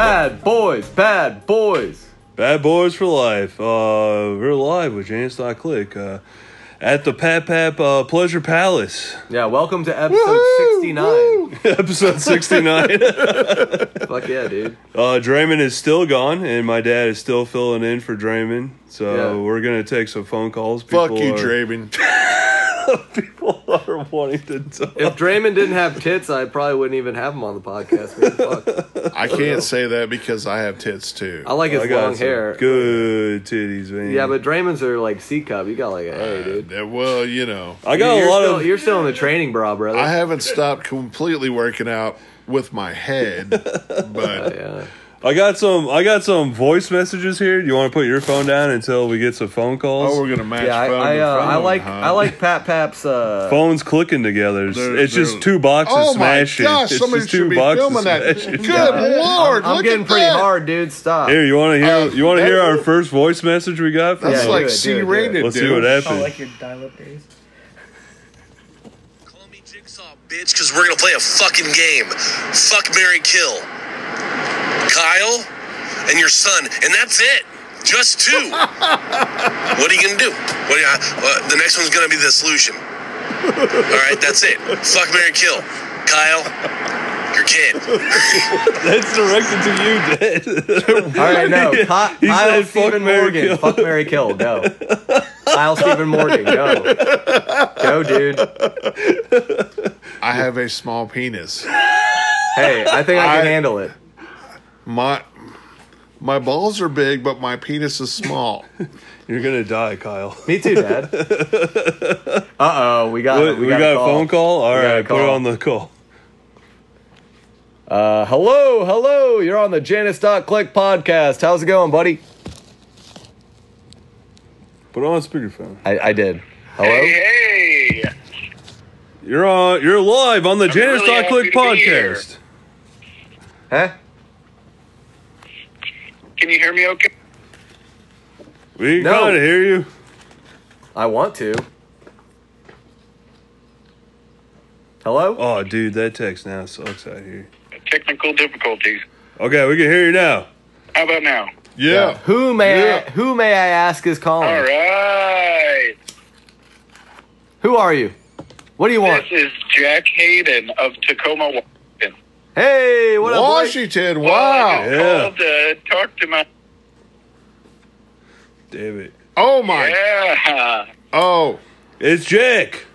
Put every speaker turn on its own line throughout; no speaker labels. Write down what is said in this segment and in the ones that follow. boys, bad boys.
Bad Boys for Life. Uh, we're live with Janice Dot Click uh, at the Pat Pap uh, Pleasure Palace,
Yeah, welcome to episode 69.
episode 69.
Fuck yeah, dude.
Uh, Draymond is still gone, and my dad is still filling in for Draymond. So
Yeah.
we're gonna take some phone calls.
Fuck
People
you,
are-
Draven.
People are wanting to talk.
If Draymond didn't have tits, I probably wouldn't even have him on the podcast. Man, fuck.
I can't say that because I have tits too.
I like his
I got
long
some
hair.
Good titties, man.
Yeah, but Draymond's are like C cup. You got like a hey, dude.
Uh, well, you know,
I got
you're
a lot
still,
of.
You're still in the training bra, brother.
I haven't stopped completely working out with my head, but
yeah.
I got some. I got some voice messages here. You want to put your phone down until we get some phone calls?
oh, we're gonna match.
Yeah, I,
phone
I,
to
uh,
phone,
I like
huh?
I like Pat Pap's. Uh,
Phones clicking together. It's-
They're-
it's just
they're-
two boxes
Oh my
smashing.
gosh!
it's
Somebody
just two
should be
boxes
filming that.
smashing.
Good lord!
I'm
look
getting
at
pretty
that.
hard, dude. Stop.
Here, you want to hear?
Uh,
you want to hear our
that-
first voice message we got? From
That's
Yeah,
like
do it, do it, do it.
C-rated.
Let's see
dude.
what
Oh,
happens.
like your dial-up days.
Call me Jigsaw, bitch, because we're gonna play a fucking game. Fuck Mary Kill. Kyle and your son, and that's it. Just two. what are you gonna do? What are you, uh, the next one's gonna be the solution. All right, that's it. Fuck Mary Kill. Kyle, your kid.
That's directed to you, Dad.
All right, no.
He
Kyle,
said,
Kyle
"Fuck,
Stephen
Mary,
Morgan.
kill."
Fuck Mary Kill. Go. Kyle Stephen Morgan. Go. Go, dude.
I have a small penis.
Hey, I think I can
I-
handle it.
My my balls are big, but my penis is small.
You're gonna die, Kyle.
Me too, Dad. Uh oh, we got
What, we, got, a phone call. All
We got a
right, put it
call.
on the call.
Uh, hello, hello. You're on the Janice Click podcast. How's it going, buddy?
Put it on speakerphone.
Oh, I, I did. Hello.
Hey,
You're on. You're live on the Janice
really
Dot Click
happy to be here.
podcast.
Huh?
can you hear me okay?
We can
No.
kind of hear you.
I want to. Hello.
Oh, dude, that text now sucks out here.
Technical difficulties.
Okay, we can hear you now.
How about now?
Yeah.
Who may I,
Yeah.
who may I ask is calling?
right.
Who are you? What do you want?
is Jack Hayden of Tacoma, Washington.
Hey, what up, boy?
Washington.
Oh.
Wow.
Yeah. called
to uh, talk to my.
Damn it.
Oh my.
Yeah.
Oh.
It's Jack.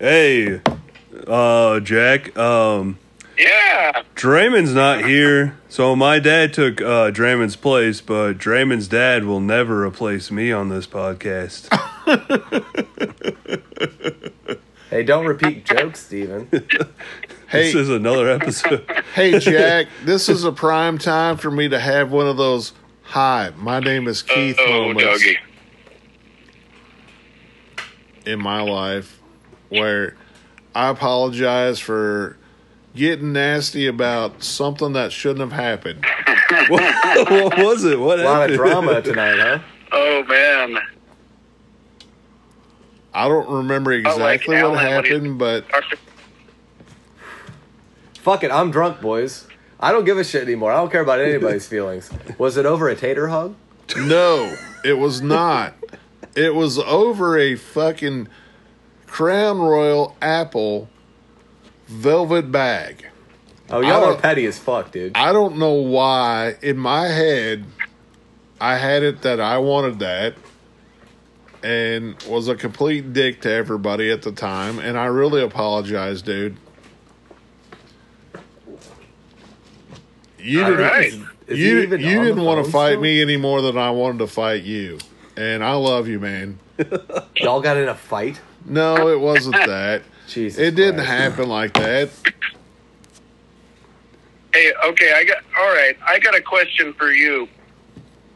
Hey, uh, Jack. Um,
Yeah.
Draymond's not here, so my dad took uh, Draymond's place, but Draymond's dad will never replace me on this podcast.
Hey, don't repeat jokes, Steven.
This
Hey,
is another episode.
hey, Jack. This is a prime time for me to have one of those. Hi, my name is Keith.
Oh,
moments
doggy.
In my life, where I apologize for getting nasty about something that shouldn't have happened.
what, what was it? What
A lot
happened?
of drama tonight, huh?
Oh man.
I don't remember exactly
Alan
what
when he-
happened, but
Fuck it, I'm drunk, boys. I don't give a shit anymore. I don't care about anybody's feelings. Was it over a tater hug?
no, it was not. It was over a fucking Crown Royal apple velvet bag.
Oh, y'all
I
are
don't-
petty as fuck, dude.
I don't know why in my head I had it that I wanted that and was a complete dick to everybody at the time and I really apologize, dude. You
All
didn't
right.
Is- is he
you,
even
you
on
didn't
the
want to
phone
fight
still?
me any more than I wanted to fight you. And I love you, man.
Y'all got in a fight?
No, it wasn't that.
Jesus.
It didn't
Christ.
happen like that.
Hey, okay, I got all right. I got a question for you.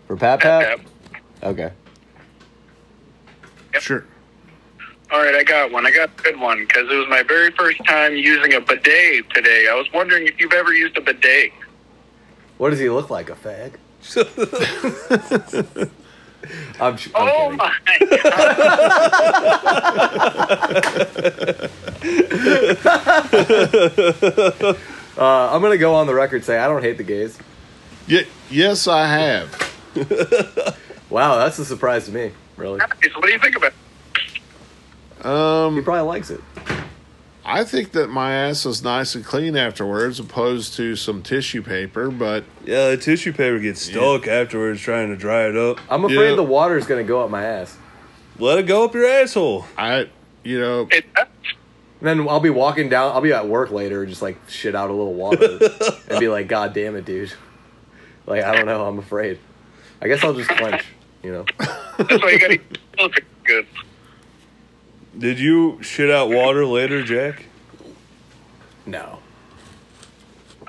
For Pat Pat?
Pep.
Okay.
Sure.
All right, I got one. I got a good one because it was my very first time using a bidet today. I was wondering if you've ever used a bidet.
What does he look like? A fag? I'm, sh- I'm
Oh
kidding.
my! God.
Uh, I'm gonna go on the record saying I don't hate the gays.
Ye- yes, I have.
Wow, that's a surprise to me. Really,
Hey, so what do you think about it?
he probably likes it.
Um, I think that my ass is nice and clean afterwards, opposed to some tissue paper. But
Yeah, the tissue paper gets stuck afterwards trying to dry it up.
I'm afraid
Yeah.
the water's gonna go up my ass.
Let it go up your asshole.
I, you know,
It-
And then I'll be walking down. I'll be at work later, just like shit out a little water, and be like, "God damn it, dude!" Like I don't know. I'm afraid. I guess I'll just clench. You know.
That's why you gotta eat filter good.
Did you shit out water later, Jack?
No.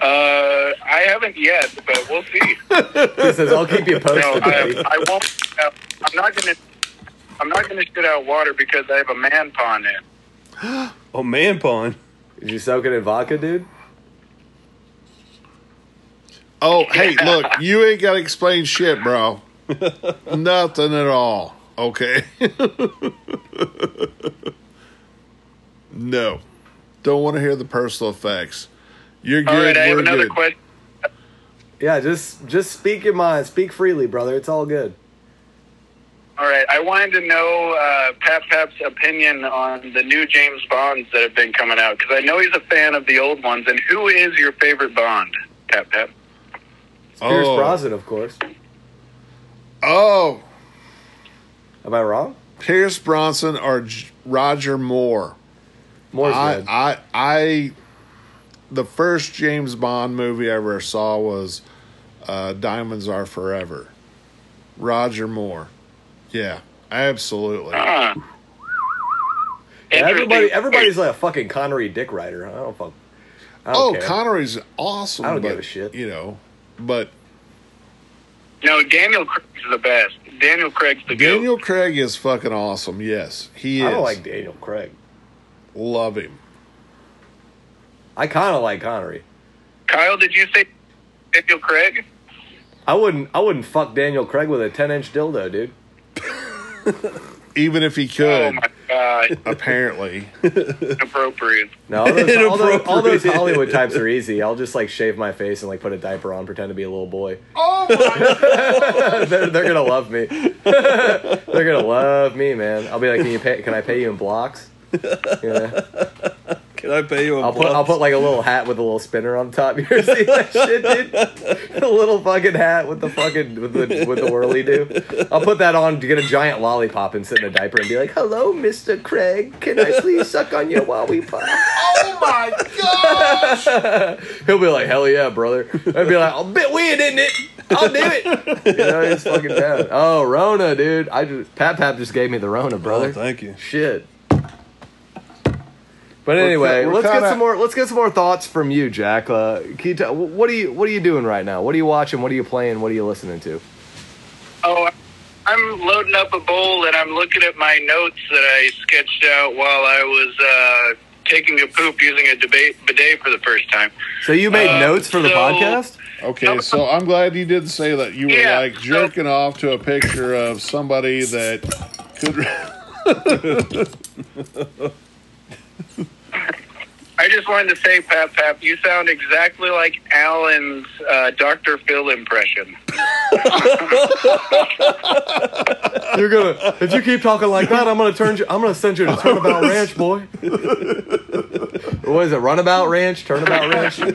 Uh, I haven't yet, but we'll see.
He says, "I'll keep you
No,
posted." buddy."
I, I won't. Uh, I'm not gonna. I'm not gonna shit out water because I have a man pond in.
Oh, man pond.
Did you soak it in vodka, dude?
oh hey, look, you ain't got to explain shit, bro. Nothing at all. Okay. no, don't want to hear the personal effects. You're good.
All right, I have
we're
another
good.
question.
Yeah, just just speak your mind. Speak freely, brother. It's all good.
All right, I wanted to know uh, Pat Pep's opinion on the new James Bonds that have been coming out because I know he's a fan of the old ones. And who is your favorite Bond, Pat Pep?
Pierce
Oh.
Brosnan, of course.
Oh,
Am I wrong?
Pierce Bronson or J- Roger Moore.
Moore's
I,
good.
I, I, the first James Bond movie I ever saw was uh, Diamonds Are Forever. Roger Moore. Yeah, absolutely.
Huh.
Yeah, everybody,
Interesting.
everybody's like a fucking Connery dick rider. I don't fuck. I don't
oh,
care.
Connery's awesome.
I don't
but,
give a shit.
You know, but
No, Daniel Craig's the best. Daniel Craig's the goat.
Daniel Craig is fucking awesome. Yes, he is.
I don't like Daniel Craig.
Love him.
I kind of like Connery.
Kyle, did you say Daniel Craig?
I wouldn't. I wouldn't fuck Daniel Craig with a ten-inch dildo, dude.
Even if he
Oh
could,
my god,
apparently.
inappropriate.
No, all those, all those, all those
Inappropriate.
Hollywood types are easy. I'll just like shave my face and like put a diaper on, pretend to be a little boy.
oh my!
they're, they're gonna love me. they're gonna love me, man. I'll be like, can you pay? Can I pay you in blocks? Yeah.
Can I pay you a
I'll put I'll put like a little hat with a little spinner on top. You ever see that shit, dude? A little fucking hat with the fucking with the with the whirly do. I'll put that on to get a giant lollipop and sit in a diaper and be like, "Hello, Mister Craig. Can I please suck on your lollipop?"
Oh my gosh!
He'll be like, "Hell yeah, brother!" I'd be like, "I'll bet we didn't it. I'll do it." You know, he's fucking down. Oh, Rona, dude. I just Pat Pap just gave me the Rona, brother.
Oh, thank you.
Shit. But anyway,
we're
let's get
kinda-
some more. Let's get some more thoughts from you, Jack. Uh, can you tell, what are you What are you doing right now? What are you watching? What are you playing? What are you listening to?
Oh, I'm loading up a bowl and I'm looking at my notes that I sketched out while I was uh, taking a poop using a debate bidet for the first time.
So you made
Uh,
notes for the
so-
podcast?
Okay, so I'm glad you didn't say that. You were
Yeah.
like jerking off to a picture of somebody that could.
I just wanted to say, Pap Pap, you sound exactly like Alan's uh, Dr. Phil impression.
You're gonna if you keep talking like that, I'm gonna turn you. I'm gonna send you to Turnabout
Oh,
Ranch, boy. what is it? Runabout Ranch, Turnabout Ranch. You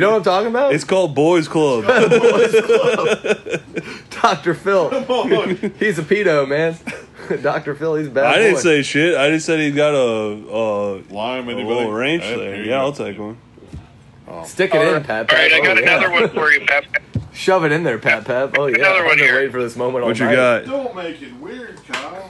know what I'm talking about?
It's called Boys Club.
Dr. Phil. he's a pedo, man. Dr. Phil, he's a bad.
I
boy.
didn't say shit. I just said he's got a, a,
Lime,
a
anybody?
little ranch
Hey,
there.
here you Oh.
Yeah,
go.
I'll take one.
Stick it in, Pat.
All right, I
Pat.
got
Oh, yeah.
another one for you, Pap. Pap.
Shove it in there, Pat Pep. Oh yeah,
Another one
I've been
here.
waiting for this moment all
What you
night.
got?
Don't make it weird, Kyle.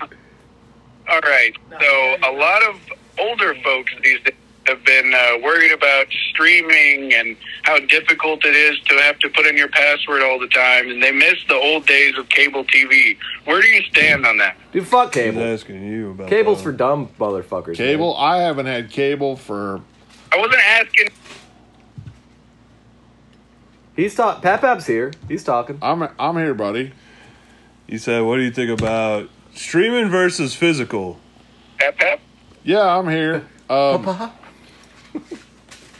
All right. So a lot of older folks these days have been uh, worried about streaming and how difficult it is to have to put in your password all the time, and they miss the old days of cable TV. Where do you stand on that?
Dude, fuck
He's
cable.
asking you about
Cable's
that.
for dumb motherfuckers.
cable? I haven't had cable for.
I wasn't asking.
man. He's talk. Pat Pep's here. He's talking.
I'm I'm here, buddy.
He said, "What do you think about streaming versus physical?"
Pep, pep.
Yeah, I'm here. Um,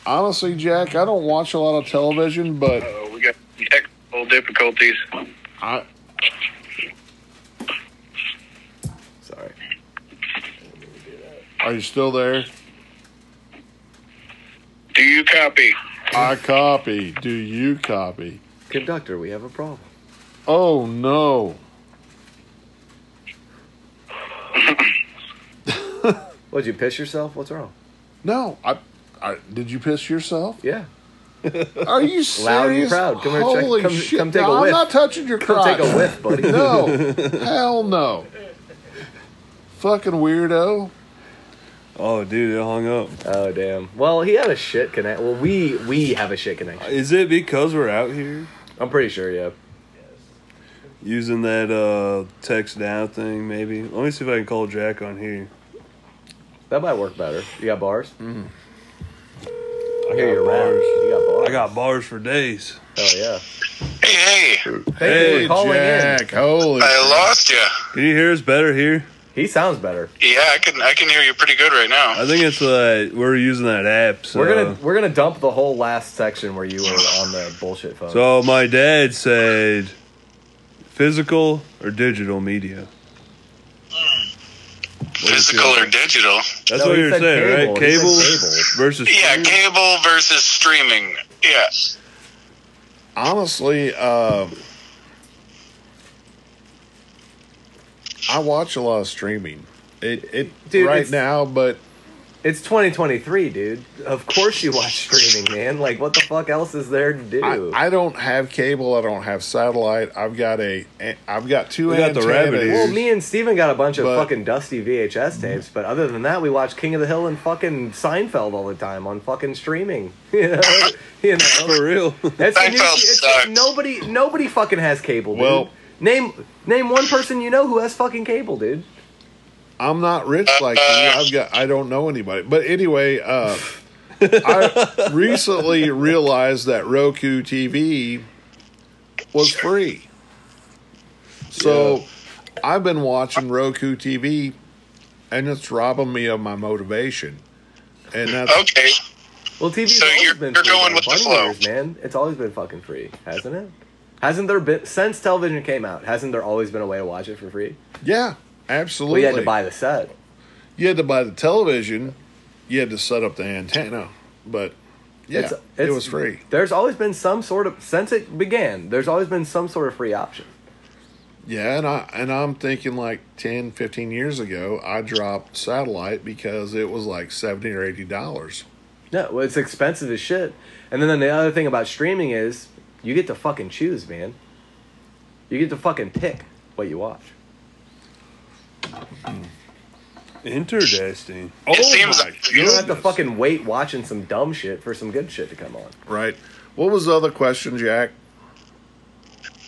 honestly, Jack, I don't watch a lot of television, but
Oh, we got
difficulties.
I
Sorry.
are you still there?
Do you copy?
I copy. Do you copy?
Conductor, we have a problem.
Oh no.
What'd you piss yourself? What's wrong?
No, I, I did you piss yourself?
Yeah.
Are you
Loud and
serious?
proud. Come here, check-
Holy
come-
shit!
come take
no,
a
I'm
whiff.
not touching your
Come
crotch.
take a whiff, buddy.
No, hell no. Fucking weirdo.
Oh, dude, it hung up.
Oh damn. Well, he had a shit connect. Well, we we have a shit connection.
Is it because we're out here
I'm pretty sure. Yeah.
using that uh text now thing? Maybe. Let me see if I can call Jack on here.
That might work better. You got bars?
I
hear your rap. You got bars.
I got bars for days.
Oh yeah.
Hey, hey,
Thank you
Hey,
for calling in.
Jack, holy.
I lost you.
Can you hear us better here?
He sounds better.
Yeah, I can I can hear you pretty good right now.
I think it's that we're using that app. So.
We're gonna we're gonna dump the whole last section where you were on the bullshit phone.
So my dad said, physical or digital media.
Physical or digital?
That's
No,
what
he
you're
said
saying, right?
He said
Cable
cable.
versus
Yeah,
streaming?
cable versus streaming. Yeah.
Honestly, um, I watch a lot of streaming. It it
Dude,
right
it's-
now, but
It's 2023, dude. Of course you watch streaming, man. Like, what the fuck else is there to do?
I, I don't have cable. I don't have satellite. I've got a I've got two.
We got the
antennas.
rabbit
well,
ears.
me and Steven got a bunch of
But-
fucking dusty VHS tapes, but other than that, we watch King of the Hill and fucking Seinfeld all the time on fucking streaming. you know, you know.
For real.
That's the new-
Seinfeld
it's-
sucks.
nobody, nobody fucking has cable, dude.
Well-
name name one person you know who has fucking cable, dude.
I'm not rich like you.
Uh,
I've got I don't know anybody. But anyway, uh, I recently realized that Roku TV was free. So I've been watching Roku TV and it's robbing me of my motivation. And that's
Okay.
Well, TV's
So
always
you're-
been
you're
free
going
for
with the
20
flow.
years, man. It's always been fucking free, hasn't it? Hasn't there been since television came out? Hasn't there always been a way to watch it for free?
yeah, absolutely.
We had to buy the set.
you had to buy the television, you had to set up the antenna. But yeah,
It's-
it
it's-
was free.
There's always been some sort of since it began. There's always been some sort of free option.
Yeah, and I and I'm thinking like 10, 15 years ago, I dropped satellite because it was like seventy or eighty dollars.
No, well, it's expensive as shit. And then the other thing about streaming is you get to fucking choose, man. You get to fucking pick what you watch.
Interesting.
Oh
seems
my
like-
goodness.
You don't have to fucking wait watching some dumb shit for some good shit to come on.
right. What was the other question, Jack?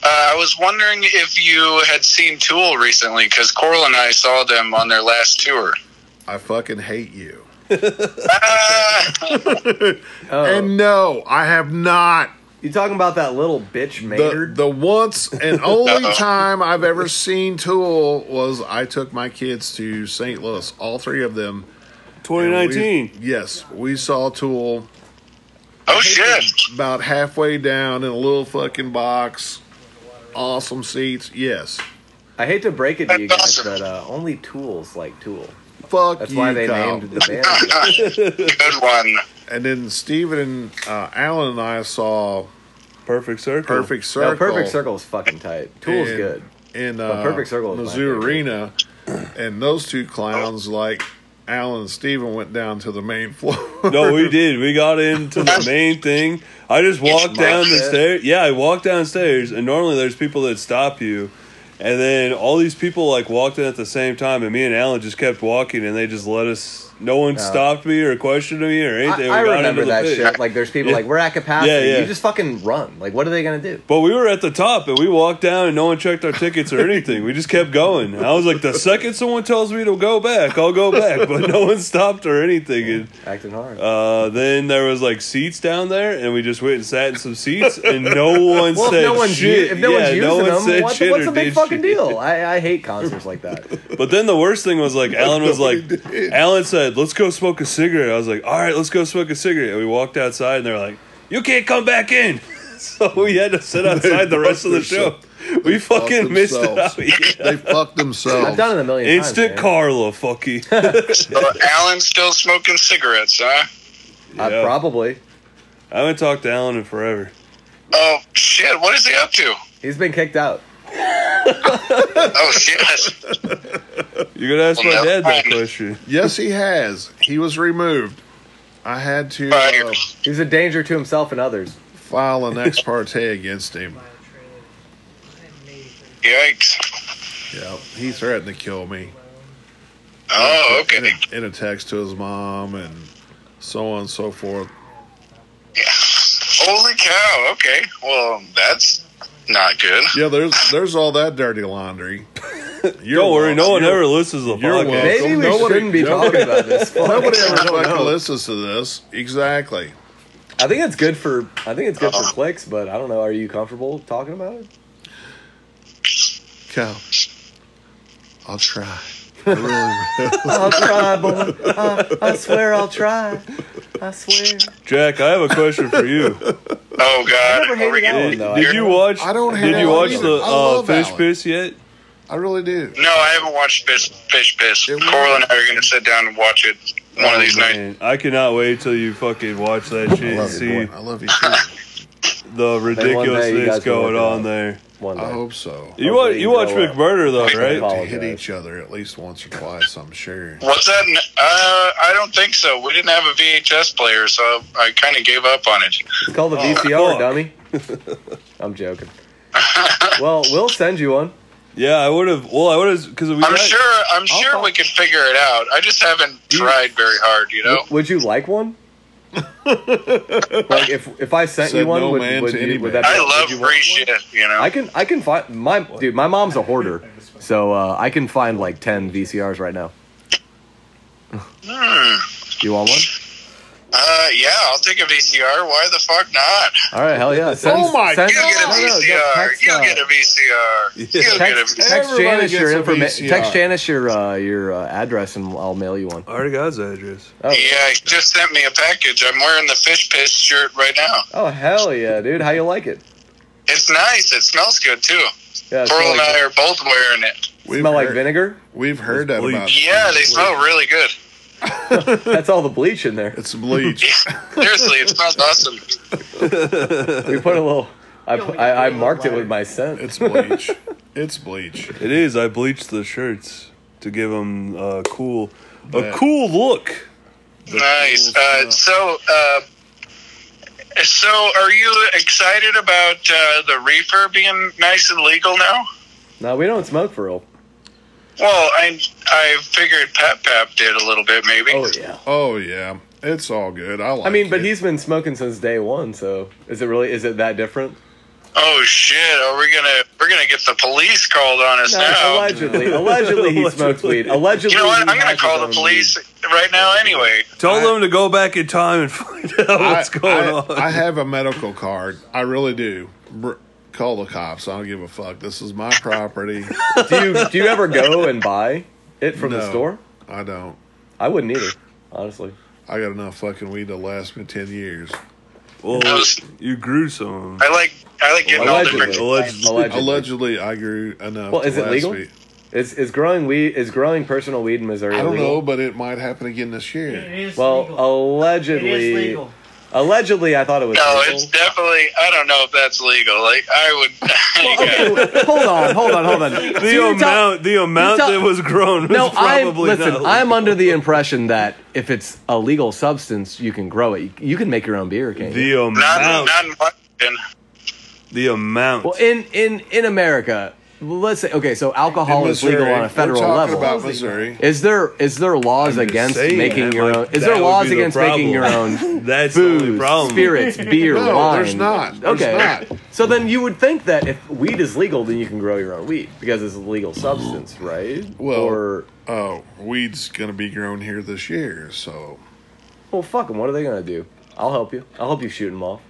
Uh, I was wondering if you had seen Tool recently because Coral and I saw them on their last tour.
I fucking hate you.
Ah,
Oh,
And no, I have not.
you talking about that little bitch
The,
Maynard?
the once and only
Uh-oh.
time I've ever seen Tool was I took my kids to St. Louis, all three of them. And we-
2019.
yes, we saw Tool
oh shit!
about halfway down in a little fucking box. Awesome seats. Yes.
I hate to break it to you guys,
That's awesome.
but uh, only Tool's like Tool.
Fuck
That's
you,
why they
Kyle.
named the band.
Good one.
and then Steven and uh, Alan and I saw
Perfect circle.
Perfect Circle.
no, Perfect Circle is fucking tight. Tool's
in-
good.
In
But
uh,
Perfect Circle is my
Mizzou
favorite.
Arena. And those two clowns, like Alan and Steven, went down to the main floor.
No, we did. We got into the main thing. I just walked down the
market.
stairs. Yeah, I walked downstairs, and normally there's people that stop you. And then all these people like walked in at the same time, and me and Alan just kept walking, and they just let us. No one stopped me or questioned me or anything.
I,
We
I
got into
remember
the
that
pit.
shit. Like, there's people
Yeah.
like, we're at capacity.
Yeah, yeah.
You just fucking run. Like, what are they gonna do?
But we were at the top, and we walked down, and no one checked our tickets or anything. We just kept going. And I was like, the second someone tells me to go back, I'll go back. But no one stopped or anything. And
Acting hard.
Uh, then there was like seats down there, and we just went and sat in some seats, and no one
well,
said
if no one's
shit.
u- if no
Yeah,
one's using
no one
them,
said
what,
shit
what's
or
the big
did
fucking
shit.
deal? I, I hate concerts like that.
But then the worst thing was like Alan was like, Alan said, "Let's go smoke a cigarette." I was like, "All right, let's go smoke a cigarette." And we walked outside, and they're like, "You can't come back in." so we had to sit outside the rest of the show. We
fucked
fucking missed it
themselves.
out. Yeah.
They fucked themselves.
I've done it a million
Instant
times.
Carla, fuck you. I
Uh, Alan's still smoking cigarettes, huh?
man.
Yeah.
Uh, probably.
haven't talked to Alan in forever.
Oh shit! What is he up to?
He's been kicked out.
Oh shit!
You could ask my
Well, no.
dad that question.
Yes, he has. He was removed. I had to uh,
Fired.
He's a danger to himself and others.
file an ex parte against him.
Yikes!
Yeah, he threatened to kill me.
Oh
In
okay.
a, in a text to his mom and so on and so forth.
Holy cow! Okay. Well, that's not good.
Yeah, there's there's all that dirty laundry. You're
Don't worry, no one
welcome.
ever listens to the
you're welcome.
podcast.
Maybe we
nobody-
shouldn't be talking about this. Fuck.
Nobody ever fucking
knows.
listens to this. Exactly.
I think it's good for I think it's good for clicks, but I don't know. Are you comfortable talking about it?
Cal, I'll try. I really will.
I'll try, boy. I, I swear I'll try. I swear.
Jack, I have a question for you.
Oh god.
never hated
Are we-
that one,
Did,
though.
did you watch?
I don't
Did
hate
you
Alan
watch
either.
the
I
uh,
love
fish
Alan.
piss yet?
I really do.
No, I haven't watched Fish Fish Piss.
It was-
Coral and I are gonna sit down and watch it one of these nights.
Man, I cannot wait till you fucking watch that shit
I
and
love you,
see
Gordon. I love you too.
the
day you
ridiculousness
guys will
going
work it
on
out.
there.
One
I
day.
hope so.
You
Hopefully
watch,
you
you watch
grow up.
McMurder
Right.
though, right?
to hit
uh, apologize.
each other at least once or twice, I'm sure.
What's that? Uh, I don't think so. We didn't have a VHS player, so I kind of gave up on it.
It's called the
Oh,
VCR,
fuck.
dummy. I'm joking. Well, we'll send you one.
Yeah, I would have. Well, I would have because we.
I'm
got-
sure. I'm sure
find-
we can figure it out. I just haven't tried very hard, you know.
W- Would you like one? like if if I sent
Said
you one,
no
would,
man
would
to
you,
any
would
man.
that be,
I
would
love
you want
free
one?
shit, you know.
I can I can find my dude. My mom's a hoarder, so uh, I can find like ten VCRs right now. You want one?
uh, Hmm. yeah, I'll take a VCR. Why the fuck not?
All right, hell yeah. Send,
Oh my
send,
You get a
no, no, no,
VCR.
text,
you
uh,
get a VCR. You
Yeah.
get a
Text,
VCR.
text
Everybody
Janice your
gets a
information.
VCR.
Text Janice your uh, your uh, address, and I'll mail you one.
I already got his address.
Oh,
Yeah, he just sent me a package. I'm wearing the fish piss shirt right now.
oh hell yeah, dude! How you like it?
It's nice. It smells good too.
Yeah, it
Pearl
smell
and I
like,
are both wearing it.
We've
smell like
heard,
vinegar.
We've heard that
Bleach.
about
Yeah, they smell really good.
That's all the bleach in there.
It's bleach.
Yeah, seriously, it smells awesome.
We put a little. I, pu- I, I marked it with my scent.
It's bleach. It's bleach.
It is. I bleached the shirts to give them a cool, a
Yeah.
cool look.
Nice.
cool
Uh, so, uh, so are you excited about uh, the reefer being nice and legal now?
No, we don't smoke for real.
Well, I I figured Pap Pap did a little bit, maybe.
Oh yeah.
Oh yeah, it's all good. I like.
I mean, but
it.
he's been smoking since day one. So is it really? Is it that different?
Oh shit! Are we gonna we're gonna get the police called on us
No,
now?
allegedly, allegedly he smokes weed. Allegedly,
you know what?
he
I'm gonna
has his
call
own
the police
weed.
right now anyway.
Tell
I-
them to go back in time and find out
I-
what's going
I-
on.
I have a medical card. I really do. Br- call the cops. I don't give a fuck. This is my property.
Do you do you ever go and buy it from the
No.
store?
I don't.
I wouldn't either, honestly.
I got enough fucking weed to last me ten years.
well, you grew some.
I like I like getting all
Allegedly.
different.
Allegedly.
Allegedly.
Allegedly, I grew enough.
Well,
to
is it
last
legal?
me-
Is is growing weed is growing personal weed in Missouri?
I don't
illegal?
know, but it might happen again this year.
Well,
it is
allegedly,
legal.
allegedly, I thought it was.
No,
legal.
it's definitely. I don't know if that's legal. Like I would.
Okay, wait, hold on, hold on, hold on. So
the
you're
amount,
tell-
the amount
tell-
that was grown was
No, I
probably
listen.
not
I'm under the impression that if it's a legal substance, you can grow it. You, you can make your own beer, can't you?
the amount,
Not, not in Washington.
the amount.
Well, in in in America, let's say okay. So alcohol
In
is legal
Missouri-
on a federal
we're talking
level.
about Missouri.
is there is there laws
I'm just
against
saying,
making
man,
your
like,
own? Is
that
there
would
laws
be the
against making your
problem.
own
That's the only
booze,
problem.
spirits, beer,
No,
wine.
there's not. There's
okay.
not.
So then you would think that if weed is legal, then you can grow your own weed because it's a legal substance, right?
Well-
or
Oh, weed's gonna be grown here this year, so
well, fuck them. What are they gonna do? I'll help you. I'll help you shoot them off.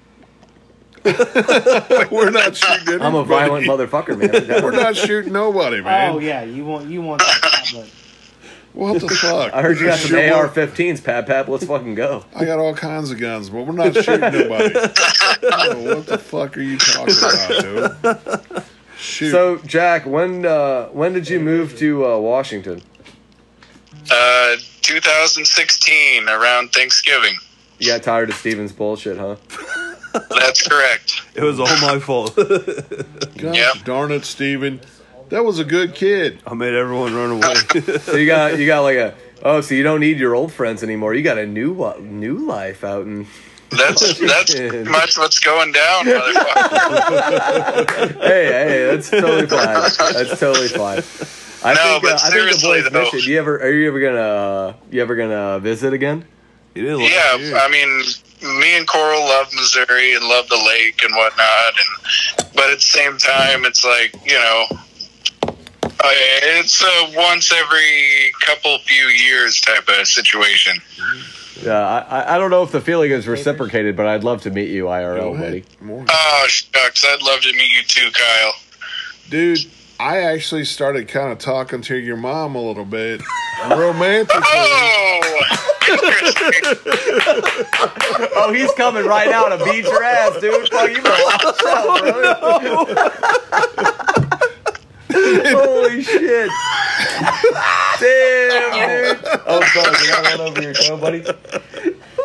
we're not shooting.
I'm a violent
anybody.
motherfucker, man. Oh,
We're not shooting nobody, man.
Oh yeah, you want you want that tablet.
What the fuck?
I heard you got some
Sure,
AR-15s, Pap Pap. Let's fucking go.
I got all kinds of guns, but we're not shooting nobody. Oh, what the fuck are you talking about, dude? Shoot.
So, Jack, when uh, when did you move to uh, Washington?
Uh, 2016, around Thanksgiving.
You got tired of Steven's bullshit, huh?
That's correct.
It was all my fault.
Gosh
Yep.
darn it, Steven. That was a good kid.
I made everyone run away.
So you got you got like a oh, so you don't need your old friends anymore. You got a new wa- new life out in Oh,
That's that's
Dude.
much what's going down, motherfucker.
hey, hey, that's totally fine. That's totally fine. I
No, but
I think the
seriously,
boys
though.
missed it. You ever are you ever gonna uh, you ever gonna visit again?
You did last
yeah,
year.
I mean, me and Coral love Missouri and love the lake and whatnot, and but at the same time, it's like you know, I- it's a once every couple few years type of situation.
Yeah, I, I- I don't know if the feeling is reciprocated, but I'd love to meet you IRL, buddy.
More.
Oh shucks, I'd love to meet you too, Kyle.
Dude, I actually started kind of talking to your mom a little bit romantically.
Oh,
Oh, he's coming right now to beat your ass, dude. Fuck, you better watch out, bro. Holy shit. Damn, dude. Oh, sorry, you got one over your toe, buddy.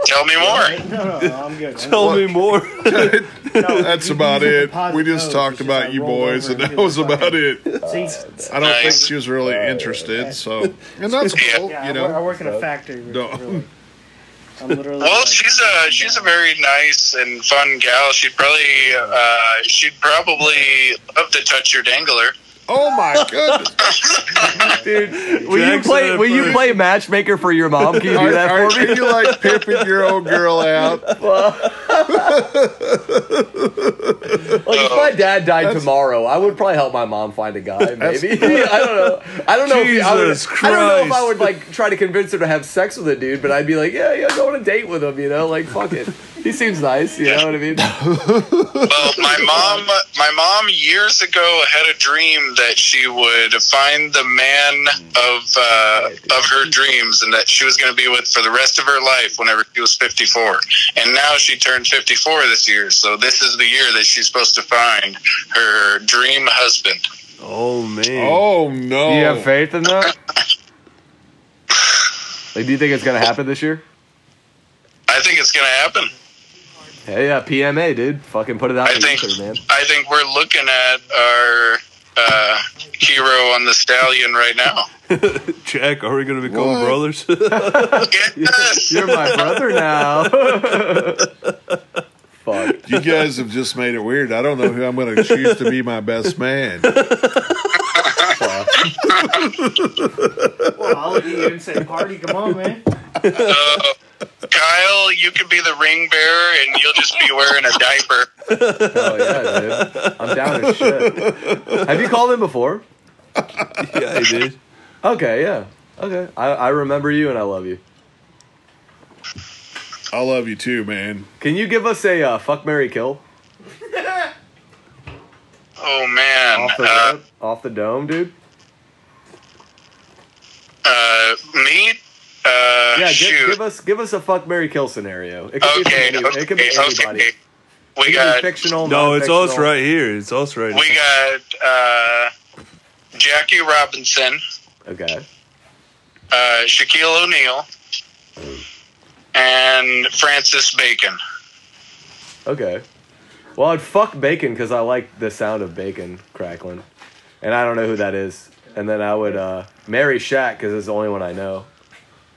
tell me more.
No, no, Oh, I'm good. I'm
Tell me more.
good. No,
That's
you can
about
use
it.
positive
We just
notes.
talked
It's just I
about you
rolled over
boys, and
and
that was
did the
about it.
fucking- See,
I don't think
Nice.
she was really interested, so and that's cool,
yeah,
you
I, work, I
know.
work in a factory.
No.
Really. I'm literally.
Well,
like-
she's a she's a very nice and fun gal. She'd probably uh, she'd probably love to touch your dangler.
Oh my goodness!
Dude, will you
Jack said
play
it
will you
first.
play matchmaker for your mom? Can you do
Are,
that
are
for me?
you like pimping your old girl out?
Like if my dad died tomorrow, I would probably help my mom find a guy. Maybe I don't know. I don't know. if I, would,
Jesus
I don't know if I
Christ.
would like try to convince her to have sex with a dude, but I'd be like, yeah, yeah, go on a date with him. You know, like fuck it. He seems nice. You know what I mean?
Well, my mom, my mom years ago had a dream that she would find the man of uh, of her dreams, and that she was going to be with for the rest of her life. Whenever she was fifty four, and now she turned fifty four this year, so this is the year that she's supposed to find her dream husband.
Oh man.
Oh no!
Do you have faith in that? Like, do you think it's gonna happen this year?
I think it's going to happen.
Hey, yeah, PMA, dude. Fucking put it out
I
in the
think
ether, man.
I think we're looking at our uh, hero on the stallion right now.
Jack, are we going to become
What?
brothers?
Yes.
You're my brother now. Fuck.
You guys have just made it weird. I don't know who I'm going to choose to be my best man.
Well, I'll let you in say, "Party, come on, man."
Kyle, you could be the ring bearer, and you'll just be wearing a diaper.
Oh yeah, dude. I'm down as shit. Have you called him before?
yeah, I did.
Okay, yeah. Okay. I, I remember you and I love you.
I love you too, man.
Can you give us a uh, fuck Mary Kill
Oh man,
off the
uh,
rip, off the dome, dude?
uh, me? Uh,
Yeah, give,
shoot.
give us give us a fuck Mary Kill scenario. It could
okay,
be from any,
okay,
it could be anybody.
okay.
It
We
could be
got,
fictional.
No, it's us
non-fictional.
right here. It's us right
we
here.
got uh, Jackie Robinson,
Okay.
uh, Shaquille O'Neal, and Francis Bacon.
Okay. Well, I'd fuck bacon because I like the sound of bacon crackling, and I don't know who that is. And then I would uh, marry Shaq because it's the only one I know.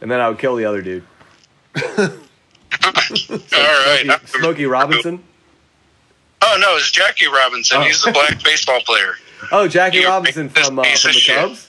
And then I would kill the other dude,
All right.
Smokey Robinson.
Oh no, it's Jackie Robinson. He's
Oh.
the black baseball player.
Oh, Jackie
You're
Robinson
this
from uh,
piece
from
of
the
shit.
Cubs.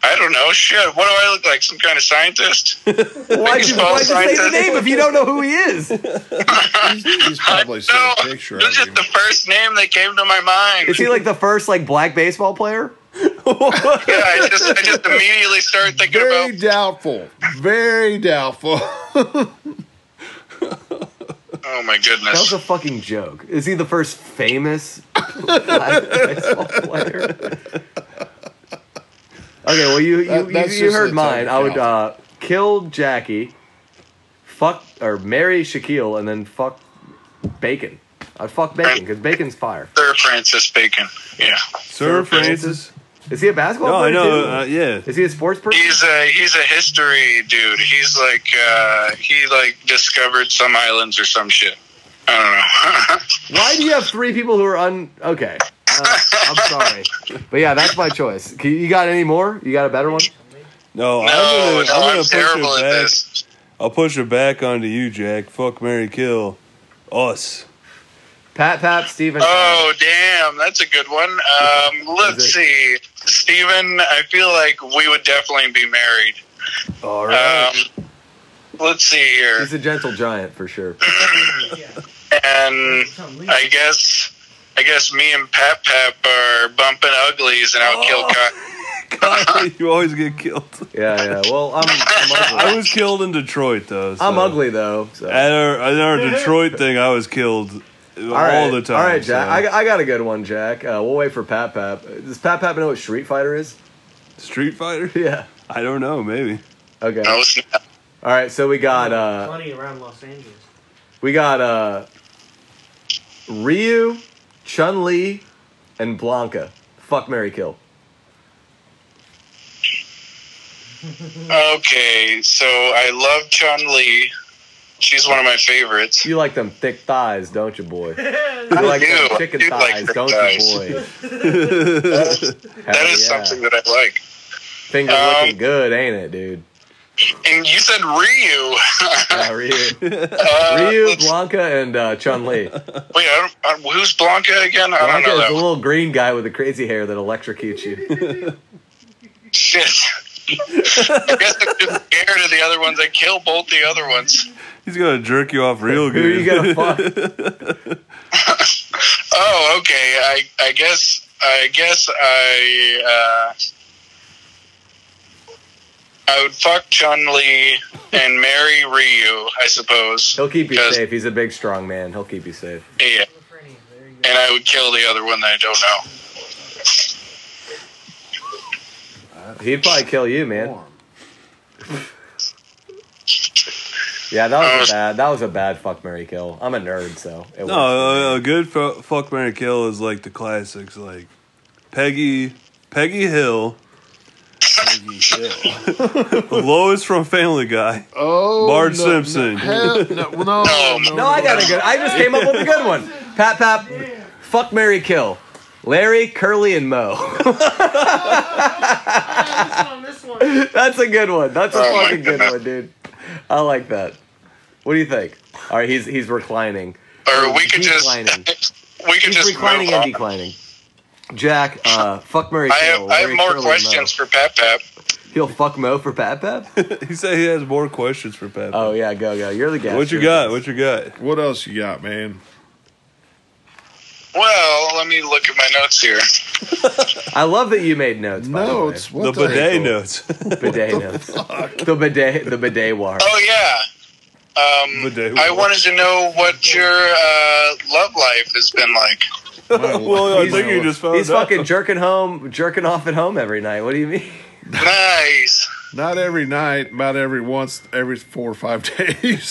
I don't know. Shit, what do I look like? Some kind of scientist?
Why'd you,
Baseball
why'd you say the
scientist.
name if you don't know who he is?
He's, he's probably seen
No,
a
this
picture
is
of
just
you.
the first name that came to my mind.
Is he like the first like black baseball player?
yeah, I just, I just immediately started thinking
Very
about.
doubtful. Very doubtful.
Oh my
That was
goodness!
a fucking joke. Is he the first famous black baseball player? Okay, well you you,
That-
you-
that's
you
just
heard
a
mine. I would
technicality.
uh, kill Jackie, fuck or marry Shaquille, and then fuck Bacon. I'd fuck Bacon because Bacon's fire.
Sir Francis Bacon. Yeah,
Sir Francis.
Is he a basketball
No, I
player
know.
too?
Uh, yeah.
Is he a sports person?
he's a he's a history dude. He's like uh, he like discovered some islands or some shit. I don't know.
Why do you have three people who are un? Okay, uh, I'm sorry, but yeah, that's my choice. Can- You got any more? You got a better one?
No, I'm
no,
gonna, I'm
no, I'm,
gonna push
terrible
it
at
back.
this.
I'll push it back onto you, Jack. Fuck Mary Kill. Us.
Pat, Pat, Steven.
Oh damn, that's a good one. Um, let's
it?
see, Steven, I feel like we would definitely be married.
All
Um, let's see here,
He's a gentle giant for sure.
and I guess I guess me and Pap Pap are bumping uglies, and I'll kill. Ky-
God, you always get killed.
Yeah, yeah. Well, um, I'm, I'm
I
ugly.
was killed in Detroit though. so-
I'm ugly though. So.
At our, at our Detroit thing, I was killed all,
All right,
the time.
All right, Jack.
so-
I, got- I got a good one, Jack. Uh, we'll wait for Pat Pap. Does Pat Pap know what Street Fighter is?
Street Fighter?
Yeah.
I don't know. Maybe.
Okay.
no snap.
All right. So we got uh,
plenty around Los Angeles.
we got uh, Ryu, Chun Li, and Blanca. Fuck Mary Kill.
Okay, so I love Chun Li. She's one of my favorites.
You like them thick thighs, don't you, boy? You
I
like
do.
them
I
chicken
do like
thighs,
thick
don't
thighs.
you, boy? Hell
That is
yeah.
something that I like.
Fingers
Um,
looking good, ain't it, dude?
And you said Ryu.
Yeah, Ryu,
Uh,
Ryu,
let's-
Blanca, and uh, Chun Li.
Wait, I don't, uh, who's Blanca again? I don't
Blanca
know
is
that
the
one.
little green guy with the crazy hair that electrocutes you.
Shit. I guess I'm too scared of the other ones. I kill both the other ones.
He's gonna jerk you off real
Who
good.
are you gonna fuck?
Oh, okay. I I guess I guess I uh, I would fuck Chun Li and marry Ryu, I suppose.
He'll keep you
Because-
safe. He's a big, strong man. He'll keep you safe.
Yeah. And I would kill the other one that I don't know.
He'd probably kill you, man. Yeah, that
Uh,
was a bad. That was a bad fuck Mary kill. I'm a nerd, so it
No,
works.
a- a good fu- fuck Mary Kill is like the classics, like Peggy Peggy Hill, Lois from Family Guy,
Oh,
Bart
no,
Simpson.
No, hell, no, no,
Um,
no,
no, I got a good. I just came up with a good one. Pat, pat. Fuck Mary kill. Larry, Curly, and Mo.
this one, this one.
That's a good one. That's a
Oh my
fucking good
goodness.
one, dude. I like that. What do you think? All right, he's he's reclining.
Or we could just
Declining.
we
He's
could just
reclining
move
and
on.
declining. Jack, uh, fuck Mary
I
kill.
have I have
Larry,
more
Curly, and Mo.
questions for Pat Pap.
He'll fuck Mo for Pat Pat.
he said he has more questions for Pat.
Oh yeah, go go. You're the guy.
what you got? What you got?
What else you got, man?
Well, let me look at my notes here.
I love that you made notes. by the way.
Notes. What
the bidet
heck?
notes.
bidet notes. The bidet, the bidet war.
Oh yeah.
But they-
Um, I wanted to know what your uh, love life has been like.
well, I
He's-
think you just found
He's
out.
fucking jerking home, jerking off at home every night. What do you mean?
Nice,
Not every night, about every once, every four or five days.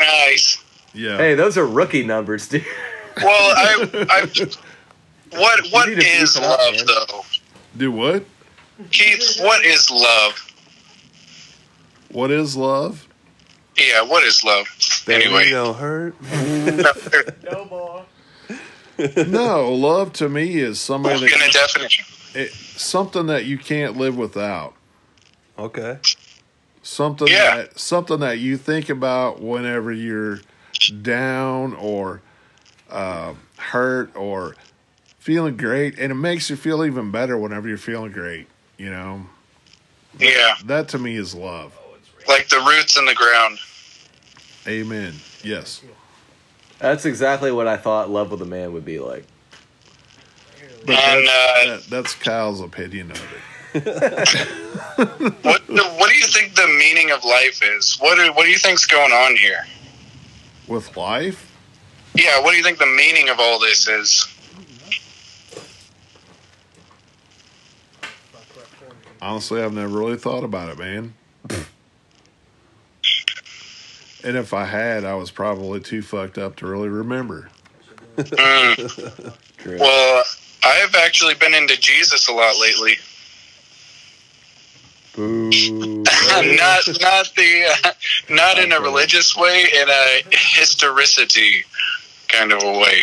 nice.
yeah.
Hey, those are rookie numbers, dude.
Well, I, I what what
need to beef
is
it up,
love
man.
though,
Do what?
Keith? What is love?
What is love?
Yeah, what is love?
Baby,
Anyway,
don't hurt.
No ball.
No, love to me is somebody
in a
that,
definition.
it, something that you can't live without.
Okay.
Something
Yeah.
that something that you think about whenever you're down or uh, hurt or feeling great, and it makes you feel even better whenever you're feeling great. You know,
Yeah,
that to me is love.
like the roots in the ground.
Amen. Yes.
That's exactly what I thought love with a man would be like.
But
And uh,
that, that's Kyle's opinion of it.
what what do you think the meaning of life is? What do, what do you think's going on here?
With life,
Yeah, what do you think the meaning of all this is?
Honestly, I've never really thought about it, man. and if I had, I was probably too fucked up to really remember.
True.
Well, I've actually been into Jesus a lot lately.
Boo.
not not the uh, not in a religious way, in a historicity kind of a way.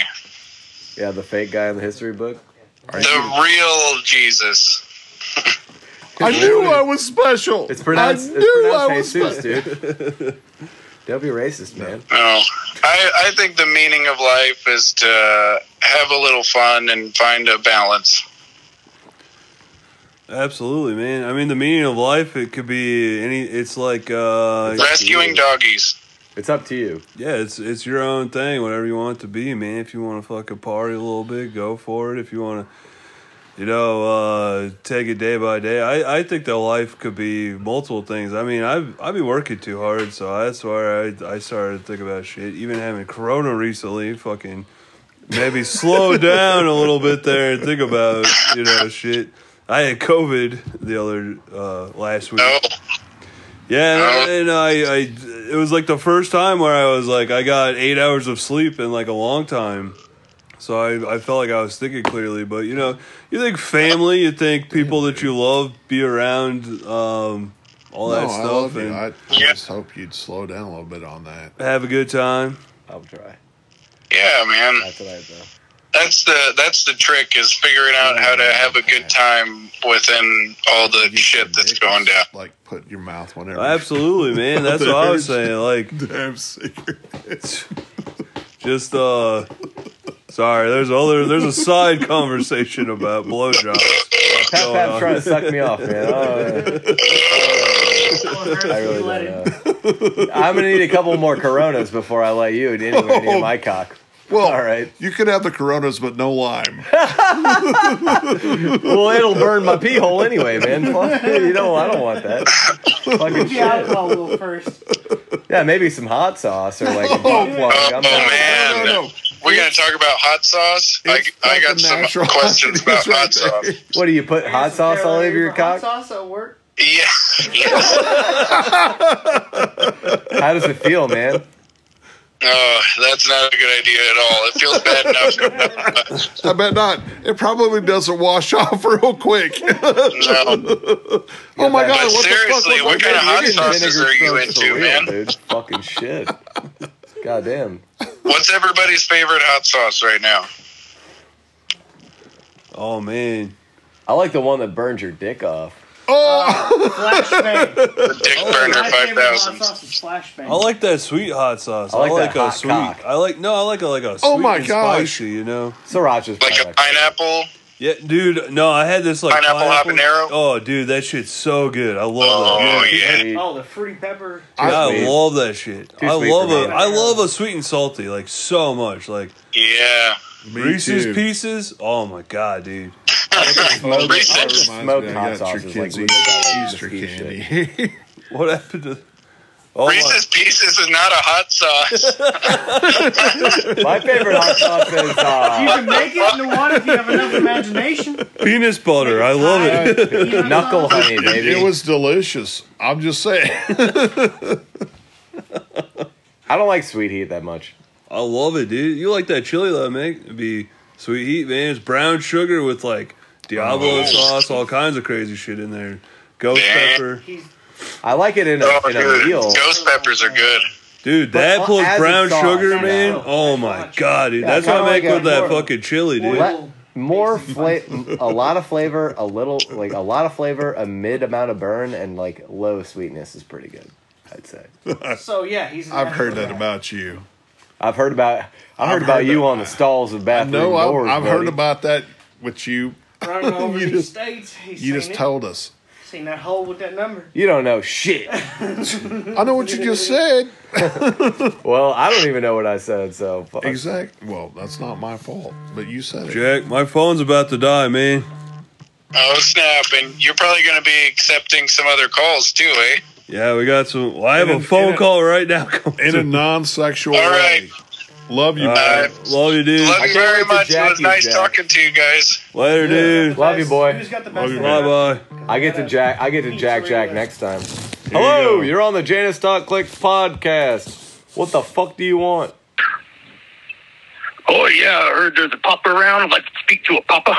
Yeah, the fake guy in the history book.
The real Jesus.
I knew I was special.
It's pronounced.
I
It's pronounced
I was
Jesus,
spe-
dude. Don't be racist, man.
No, I I think the meaning of life is to have a little fun and find a balance.
Absolutely, man. I mean, the meaning of life it could be any. It's like uh,
Rescuing doggies.
It's up to you.
Yeah, it's it's your own thing. Whatever you want it to be, man. If you want to fucking party a little bit, go for it. If you want to, you know, uh, take it day by day. I, I think that life could be multiple things. I mean, I've I've been working too hard, so that's why I I started to think about shit. Even having Corona recently, fucking maybe slow down a little bit there and think about you know shit. I had COVID the other uh, last week.
No,
Yeah, and, and I, I, it was like the first time where I was like, I got eight hours of sleep in like a long time, so I, I felt like I was thinking clearly. But you know, you think family, you think people that you love be around, um, all
No,
that
I
stuff,
love you.
and
I, I
Yeah.
just hope you'd slow down a little bit on that.
have a good time.
I'll try.
yeah, man.
Not tonight, though.
That's the that's the trick is figuring out how to have a good time within all the
You
shit
should
that's
make
going
this,
down.
Like put in your mouth whenever.
Absolutely, man. That's what I was saying. Like,
Damn cigarette.
just uh, sorry. There's other. There's a side conversation about blowjobs.
Tap
going on.
Tap's trying to suck me off, man. Oh, I really don't know. I'm gonna need a couple more Coronas before I let you anywhere near
Oh.
my cock.
Well,
All right.
You could have the Coronas, but no lime.
Well, it'll burn my pee hole anyway, man. Fuck, you know, I don't want that. Fucking
The
shit.
alcohol will first.
Yeah, maybe some hot sauce or like a butt plug.
Oh,
I'm not-
No,
man,
no, no.
we're gonna talk about hot sauce. I,
It's
I
fucking
got some
natural.
questions
It's
about
right
hot
there.
sauce.
What do you put hot sauce all over your
Hot
cock?
sauce at work.
Yeah,
How does it feel, man?
no, Oh, that's not a good idea at all. It feels bad enough. Uh,
I bet not. It probably doesn't wash off real quick.
No,
oh
but-
my god!
but
What
seriously,
the fuck?
what kind of hot
Fucking
sauces
vinegar
are you
smokes for
into,
real,
man?
Dude, fucking shit. Goddamn.
What's everybody's favorite hot sauce right now?
Oh man.
I like the one that burns your dick off.
Flashbang.
The Dick Burner
My
Five
favorite hot
Thousand.
sauce is flashbang.
I like that sweet hot sauce. I
I
like,
like that
a
hot
sweet.
cock.
I like no. I like a like a. Sweet
Oh my
and
gosh.
Spicy, you know.
Sriracha's
Like a
probably my-
pineapple.
Yeah, dude. No, I had this like
Pineapple habanero?
Oh, dude, that shit's so good. I love
Oh
that.
yeah.
Sweet.
Oh, the fruity pepper.
Yeah, I
sweet.
love that shit.
Too
I
sweet
love
for
a.
me.
I love a sweet and salty like so much. Like
Yeah.
Me
Reese's
too.
Pieces. Oh my god, dude.
That
Reese's.
reminds me,
Smoked
I
hot
got
sauce is like
kids
really
eating
good,
Easter
like,
candy.
What happened to? Oh my.
Reese's Pieces is not a hot sauce.
My favorite hot sauce is
You
uh,
can make it into one if you have enough imagination.
Penis butter. I love it.
it.
knuckle honey, baby.
it was delicious. I'm just saying.
I don't like sweet heat that much.
I love it, dude. You like that chili that I make? It'd be sweet heat, man. It's brown sugar with like Diablo
Oh.
sauce, all kinds of crazy shit in there. Ghost
Man.
pepper.
He's
I like it in a,
Oh,
in a
dude.
meal.
Ghost peppers are good.
Dude,
But
that
all-
plus
as
brown
a sauce,
sugar,
yeah.
man. Oh
As
my
sauce.
god, dude.
Yeah,
That's what I
kinda
make
like
with
a-
that fucking chili, dude.
What?
Le- more flavor, a lot of flavor, a little like a lot of flavor, a mid amount of burn, and like low sweetness is pretty good. I'd say.
so yeah, he's. an
I've
natural
heard that
guy.
about you.
I've heard about. I heard
I've
about
heard
you
that-
on the stalls of bathroom
No,
doors.
I've, I've heard
buddy.
about that with you.
Running all over
You
the
just-
states. He's
You
seen
just
it.
told us.
Seen that hole with that number.
You don't know shit.
I know what you just said.
well, I don't even know what I said. So fuck.
Exact. Well, that's not my fault, but you said it.
Jack, my phone's about to die, man.
Oh snap! And you're probably going to be accepting some other calls too, eh?
Yeah, we got some. Well, I have
In
a
an-
phone
in a-
call right now.
In a non-sexual
All
way.
right.
Love you,
All
man.
right. Love you, dude.
Love
can't
you
wait
very
till
much. It was
Jackie's
nice
back.
talking to you guys.
Later, dude.
Love you,
Guys,
boy.
Who's got the
Love
best?
you,
Bye bye.
I get to Jack. I get to Jack. Jack next time.
you
Hello,
go.
you're on the Janus Dot Clicks podcast. What the fuck do you want?
Oh yeah, I heard there's a papa around. I'd like to speak to a papa.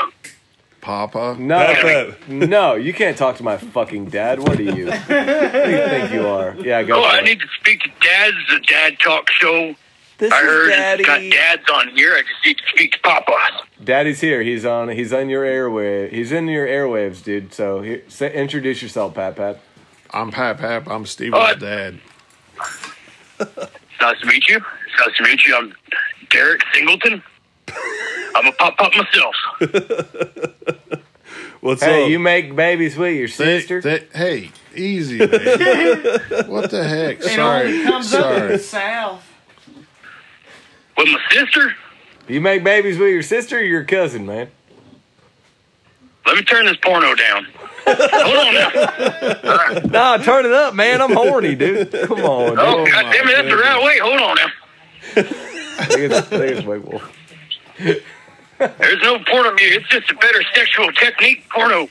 Papa.
Back
No,
up.
no, you can't talk to my fucking dad. What are you? What do you think you are? Yeah, go.
Oh,
for
I
it.
need to speak to Dad's the Dad Talk Show.
This
I
is
heard
Daddy.
it's got Dad's on here. I just need to speak to Papa.
Daddy's here. He's on. He's on your airwave. He's in your airwaves, dude. So here, say, introduce yourself, Pat. Pat.
I'm Pap Pap. I'm Steven's
Uh,
Alright.
dad.
It's nice to meet you. It's nice to meet you. I'm Derek Singleton. I'm a pop pop myself.
What's
Hey,
up?
you make babies with your
Th-
sister.
th- hey, easy, man. what the heck?
It only
Sorry.
comes up in the
Sorry.
south.
With my sister.
you make babies with your sister or your cousin, man.
Let me turn this porno down. Hold on now.
Nah, turn it up, man. I'm horny, dude. Come on, dude.
Oh,
my
God damn it, that's the right way. Hold on now.
Look at that- look at this white wolf.
There's no porno music. It's just a better sexual technique porno.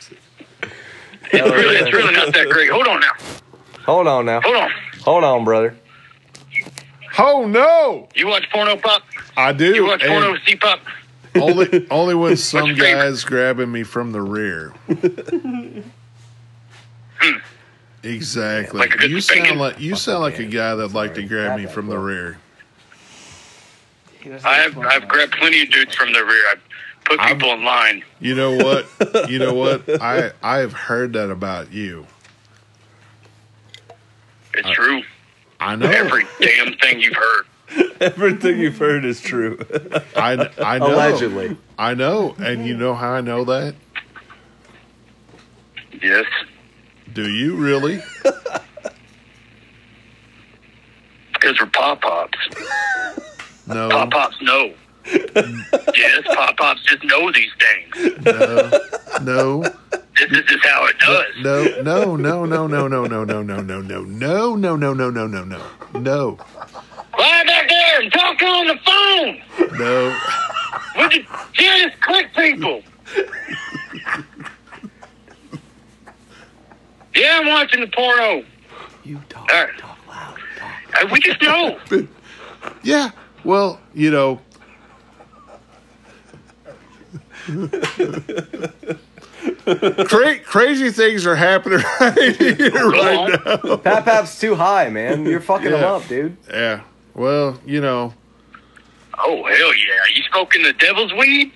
It's really, it's really not that great. Hold on now.
Hold on now.
Hold on.
Hold on, brother.
Oh no,
You watch porno pop?
I
You
do.
watch porno
And
C pop?
only, only when some
your favorite?
guys grabbing me from the rear. exactly.
Hmm. Like a good
you
spanking?
sound like you sound like a guy that like to grab me from the rear.
I've I've grabbed plenty of dudes from the rear. I've put people in line.
You know what? You know what? I I have heard that about you.
It's true.
I know.
Every damn thing you've heard.
Everything you've heard is true.
I I know.
Allegedly.
I know. And you know how I know that?
Yes.
Do you really?
Because we're pop pops.
No.
Pop pops know. yes, pop pops just know these things.
No.
This is just how it does.
No, no, no, no, no, no, no, no, no, no, no, no, no, no, no, no, no, no, no,
Lie back there and talk on the phone
no.
with the Dennis Click people. yeah, I'm watching the porno.
You talk,
All right.
loud.
Uh, We just know.
Yeah. Well, you know. Cra- crazy things are happening right here.
Go on.
Pat Pap's too high, man. You're fucking him
Yeah.
up, dude.
Yeah. Well, you know,
Oh hell yeah! You smoking the devil's weed?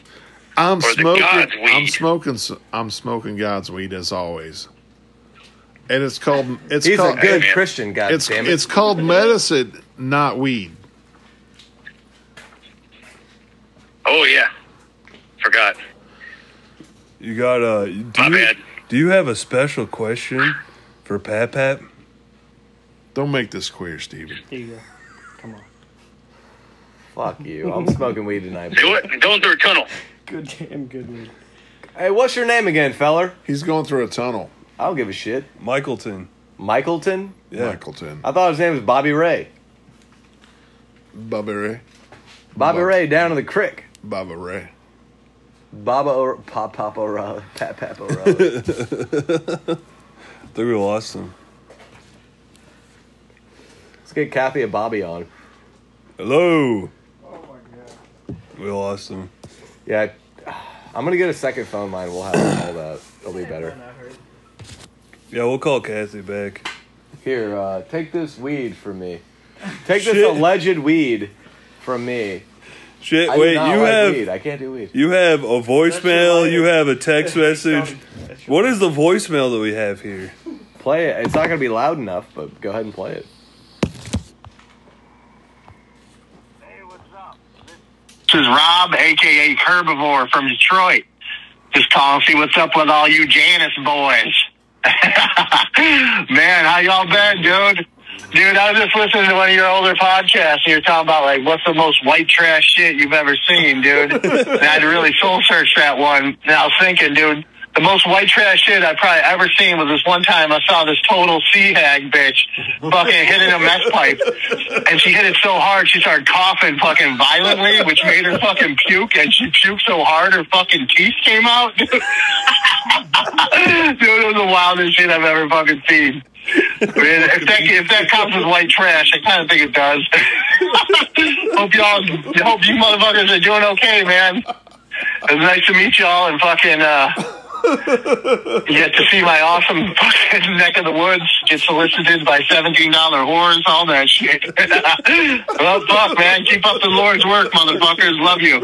I'm
the
smoking.
God's
I'm
weed.
smoking. s- I'm smoking God's weed as always. And it's called. It's
He's a
called.
good
man.
Christian, god
it's
damn it.
it's called medicine, not weed.
Oh yeah, forgot.
You got a. Do
My
you,
bad.
Do you have a special question for Pat Pat?
Don't make this queer, Steven.
There you go. Come on.
Fuck you. I'm smoking weed tonight.
Do it. Going through a tunnel.
Good damn good weed.
Hey, what's your name again, feller?
He's going through a tunnel,
I don't give a shit.
Michaelton.
Michaelton?
Yeah.
Michaelton.
I thought his name was Bobby Ray.
Bobby Ray.
Bobby
Bob-
Ray down in the crick.
Bobby Ray.
Baba o- Pop Pop O'Reilly. Pat Pap O'Reilly.
I think we lost him.
Let's get Cappy and Bobby on.
Hello. We lost him.
Yeah. I'm gonna get a second phone line. We'll have all that. It'll be better.
Yeah, we'll call Kathy back.
Here, uh, take this weed from me. Take this
Shit.
alleged weed from me.
Shit,
I do
wait. You
not like
have
weed. I can't do weed.
you have a voicemail.
lighter.
You have a text message.
That's your-
What is the voicemail that we have here?
Play it. It's not gonna be loud enough, but go ahead and play it.
This is Rob, aka Herbivore from Detroit. Just calling to see what's up with all you Janus boys. Man, how y'all been, dude? Dude, I was just listening to one of your older podcasts, and you're talking about like what's the most white trash shit you've ever seen, dude. and I had to really soul search that one. And I was thinking, dude, the most white trash shit I probably ever seen was this one time I saw this total sea hag bitch fucking hitting a meth pipe, and she hit it so hard she started coughing fucking violently, which made her fucking puke, and she puked so hard her fucking teeth came out. Dude, it was the wildest shit I've ever fucking seen. I mean, if that if that counts as white trash, I kind of think it does. hope y'all, hope you motherfuckers are doing okay, man. It was nice to meet y'all and fucking uh, get to see my awesome fucking neck of the woods get solicited by seventeen dollar whores, all that shit. well, fuck, man, keep up the Lord's work, motherfuckers. Love you.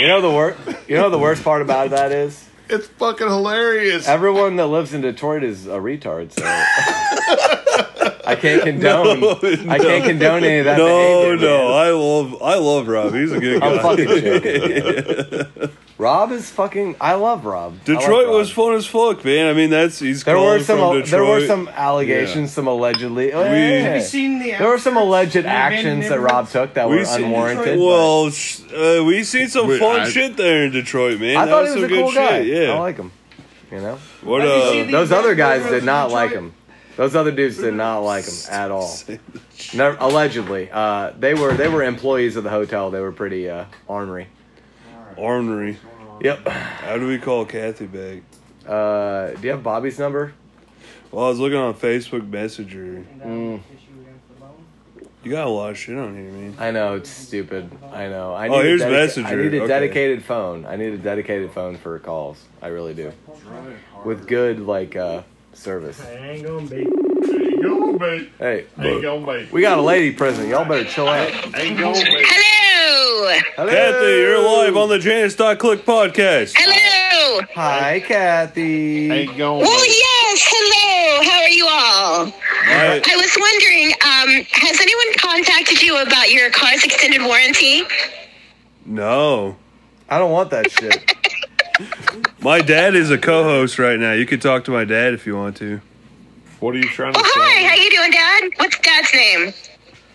You know the wor- You know the worst part about that is
It's fucking hilarious.
everyone that lives in Detroit is a retard. So I can't condone. I can't condone any of that.
No,
behavior,
no,
man.
I love, I love Rob. He's a good
I'm
guy.
fucking joking. Rob is fucking. I love Rob. I love
Detroit
Rob.
was fun as fuck, man. I mean, that's he's
There were
calling
some.
from Detroit.
There were some allegations. Some allegedly. oh, yeah.
We-
You seen the
There were some alleged
Yeah, man,
actions that
never-
Rob took that were
seen-
unwarranted. but
Well, sh- uh, we seen some
Wait,
fun
I-
shit there in Detroit, man.
I
that
thought
was
he was a
some good
cool guy.
shit. Yeah,
I like him. You know,
what
Have you seen the-
uh,
those
guys
other
were
guys
roasting
did not like
Detroit?
him. Those other dudes did not like him at all. Never, allegedly, uh, they were they were employees of the hotel. They were pretty uh, ornery.
ornery.
Yep.
How do we call Kathy back?
Uh, do you have Bobby's number?
Well, I was looking on Facebook Messenger.
Mm.
You got a lot of shit on here, man.
I know it's stupid. I know. I
Oh,
need a
here's
dedica- I
Messenger.
need a
Okay.
dedicated phone. I need a dedicated phone for calls. I really do. With good like uh, service.
ain't gonna be.
Ain't gonna be.
Hey,
Ain't gonna be.
we got a lady present. Y'all better chill out.
Ain't gonna be.
Hello.
Hello.
Kathy, you're live on the Janice.click podcast.
Hello.
Hi, Kathy.
Ain't gonna
Oh,
be.
yes. Hello. How are you all?
I,
I was wondering, um, has anyone contacted you about your car's extended warranty?
no.
I don't want that shit.
My dad is a co host right now. You can talk to my dad if you want to.
What are you trying
Oh,
to
hi. How
say?
you doing, Dad? What's Dad's name?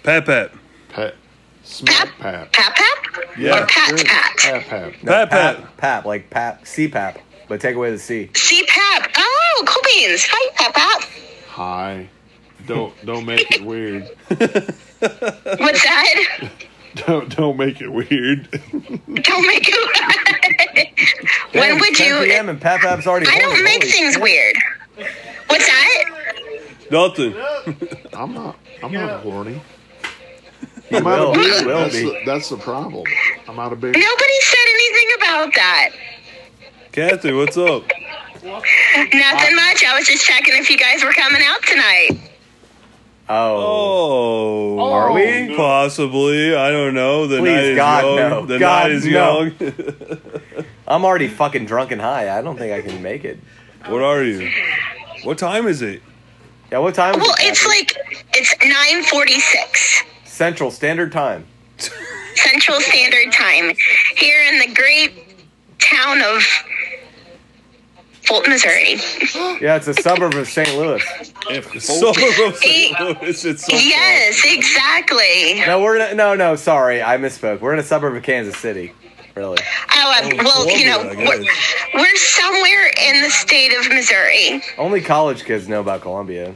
Pat Pat.
Pat. Smack Pat.
Pap Pap?
Yeah.
Or Pat Pat?
Pat Pat.
Pat Pat.
Pap, pap, like pap, CPAP, but take away the C.
See Pap. Oh, cool beans. Hi, Pap Pap.
Hi. Don't don't make it weird.
What's that?
Don't don't make it weird.
Don't make it. when
Damn,
would
10
you?
PM and Pap Pap's already.
I
home.
don't make
Holy-
things weird. What's that?
Nothing.
I'm not I'm not horny.
He
I'm out
will.
of
He
bed.
will
That's
be.
the, that's the problem. I'm out of bed.
Nobody said anything about that.
Kathy, what's up?
Nothing much. I was just checking if you guys were coming out tonight.
Oh.
Oh.
Are we?
Possibly. I don't know. The
Please,
night is
God,
young.
no.
The
God,
night is
no.
young.
I'm already fucking drunk and high. I don't think I can make it.
what are you? What time is it?
Oh, Yeah, what time is
Well,
it?
it's
Kathy?
like it's 9:46
Central Standard Time.
Central Standard Time here in the great town of Fulton, Missouri.
Yeah, it's a suburb of St. Louis.
So
Eight.
it's it's so
Yes, exactly.
No, we're in a, no, no. Sorry, I misspoke. We're in a suburb of Kansas City. Really?
Oh, um, well, you know,
Columbia, I
we're,
guess.
we're somewhere in the state of Missouri.
Only college kids know about Columbia.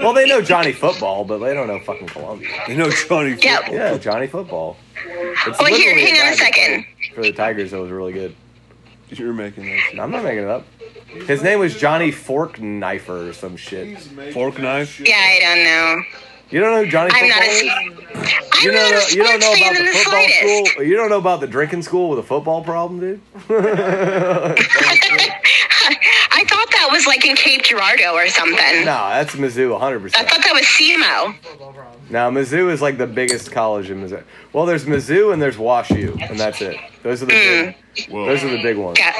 Well, they know Johnny Football, but they don't know fucking Columbia.
You know Johnny.
Yep.
Yeah, Johnny Football. It's
Oh, here,
literally
hang on a
guy that
second.
played For the Tigers, that was really good.
You're making that shit.
I'm not making it up. His name was Johnny Fork Knifer or some shit.
Fork knife.
Yeah, I don't know.
You don't know who Johnny
I'm
Football
not a,
is?
I'm
You
not a
don't know, you don't
sports
know
fan
about
in
the
the
football
slightest.
school. You don't know about the drinking school with a football problem, dude.
I thought that was like in Cape Girardeau or something.
No, that's Mizzou,
I
100%.
thought that was SEMO.
Now Mizzou is like the biggest college in Missouri. Well, there's Mizzou and there's WashU, and that's it. Those are the big,
Whoa.
those are the big ones.
Got-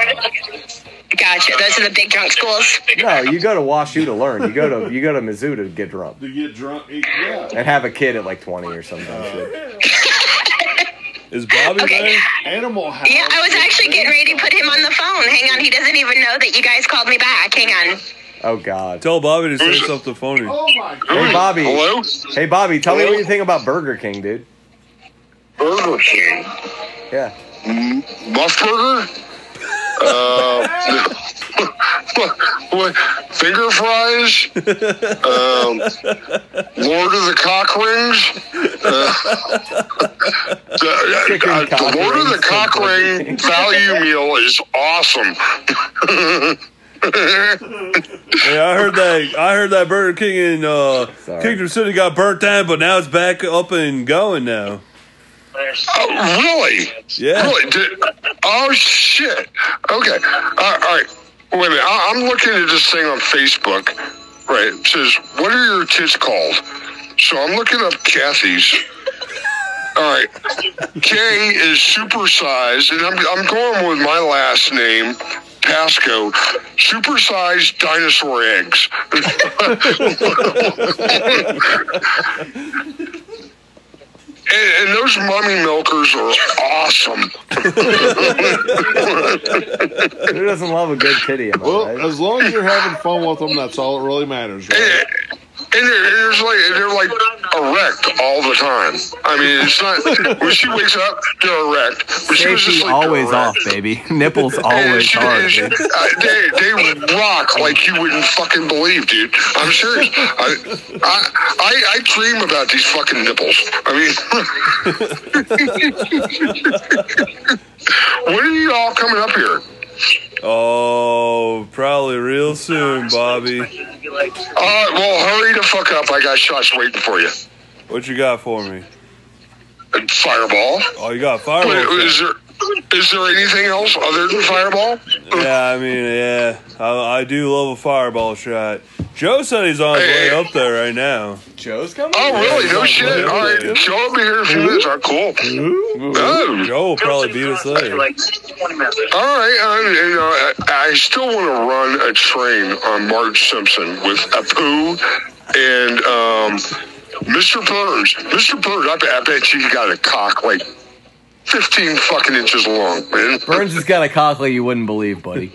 Gotcha. Those are the big drunk schools.
No, you go to WashU to learn. You go to you go to Mizzou to get drunk
to get drunk. Yeah.
and have a kid at like 20 or something.
Uh,
shit.
Is Bobby
Okay.
there?
Animal house.
Yeah, I was actually getting ready to put him on the phone. Hang on, he doesn't even know that you guys called me back. Hang on.
Oh God.
Tell Bobby to say something phony.
Oh my god.
Hey Bobby.
Hello?
Hey Bobby. Tell me what you think about Burger King, dude.
Burger King.
Yeah.
Buff Burger? Uh, what, finger fries? Um, Lord of the Cock Rings? Uh, the-
Chicken
uh, the
cock
Lord of the
rings.
Cock Ring value meal is awesome.
Yeah, I heard that. I heard that Burger King in uh,
Sorry.
Kingdom City got burnt down, but now it's back up and going now.
Oh, really?
Yeah.
Really? Did, oh shit. Okay. Uh, All right. Wait a minute. I, I'm looking at this thing on Facebook. Right. It says, "What are your tits called?" So I'm looking up Kathy's. All right. K is supersized, and I'm I'm going with my last name. Pasco, supersized dinosaur eggs. And, and those mummy milkers are awesome.
Who doesn't love a good titty? Am I
Well,
right?
as long as you're having fun with them, that's all that really matters, right?
and, and they're, and there's like and they're like erect all the time. I mean, it's not when she wakes up, they're erect. When she goes to
Safety
sleep,
always
they're
off,
erect.
baby. Nipples
And
always
she-
hard.
and she-
dude.
uh, they, they rock like you wouldn't fucking believe, dude. I'm serious. I, I, I, I dream about these fucking nipples. I mean, when are you all coming up here?
Oh, probably real soon, Bobby.
Uh, well, hurry the fuck up. I got shots waiting for you.
What you got for me?
Fireball.
Oh, you got
Wait, is
fireworks.
there is there anything else other than Fireball?
Yeah, I mean, yeah, I, I do love a fireball shot. Joe said he's on his way up there right now.
Joe's coming.
Oh, really? No shit. All right, Joe will be here in a few minutes. All right, cool. Oh,
Joe will probably beat us later.
all right. I, you know, I, I still want to run a train on Marge Simpson with Apu and um, Mr. Burns. Mr. Burns, I, bet- I bet you got a cock like 15 fucking inches long, man.
Burns has got a cockle you wouldn't believe, buddy.
Is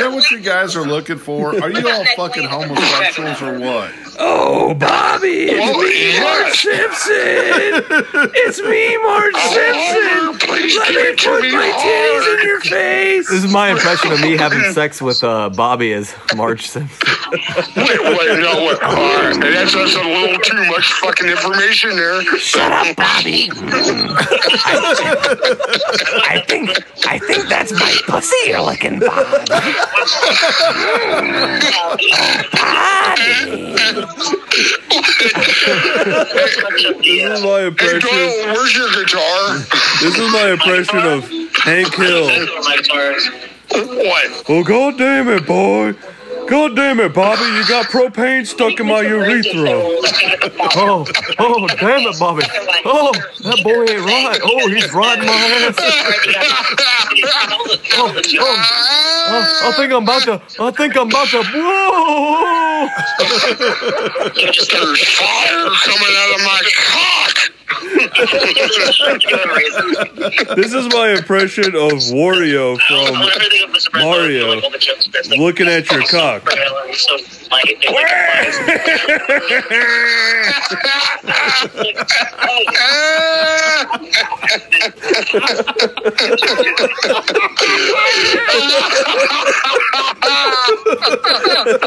that what you guys are looking for? Are you all fucking homosexuals or what?
Oh, Bobby!
Well, yes.
Simpson! Oh, It's me, Marge
Oliver, please give it to me hard.
your face! This is my impression of me having sex with uh, Bobby as Marge Simpson.
Wait, wait, no, wait. All right. That's, that's a little too much fucking information there.
Shut up, Bobby! I think, I think that's my pussy you're looking, Bob.
This is my
Hey,
impression.
Doyle, where's your guitar?
This is my impression of Hank Hill.
what?
Oh, god damn it, boy! God damn it, Bobby! You got propane stuck in my urethra.
Oh, oh, damn it, Bobby. Oh, that boy ain't right. Oh, he's riding my ass. Oh, oh, oh, I think I'm about to, I think I'm about to, whoa!
There's fire coming out of my cock.
This is my impression of Wario from Mario. looking at your cock.
Ah!
Marge,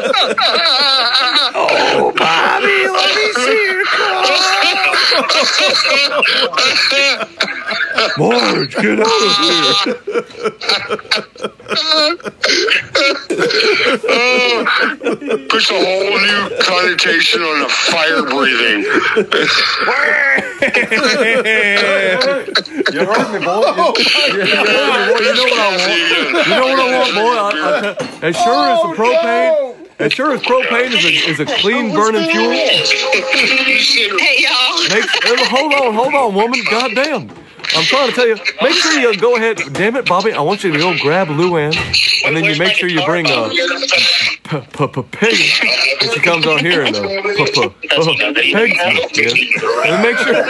get out of here!
Puts a whole new connotation on the fire breathing.
You heard me, boy. You, you heard me, boy. You know what I want. You know what I want, boy? I, I tell- as sure as the propane, as sure as propane is a, is a clean burning fuel.
Hey, y'all.
Makes, uh, hold on, hold on, woman. Goddamn. I'm trying to tell you. Make sure you go ahead. Damn it, Bobby. I want you to go grab Luann, and then you make sure you bring uh, p- p- p- Peg when she comes on here and uh, p- p- uh, Peg's yeah. And make sure,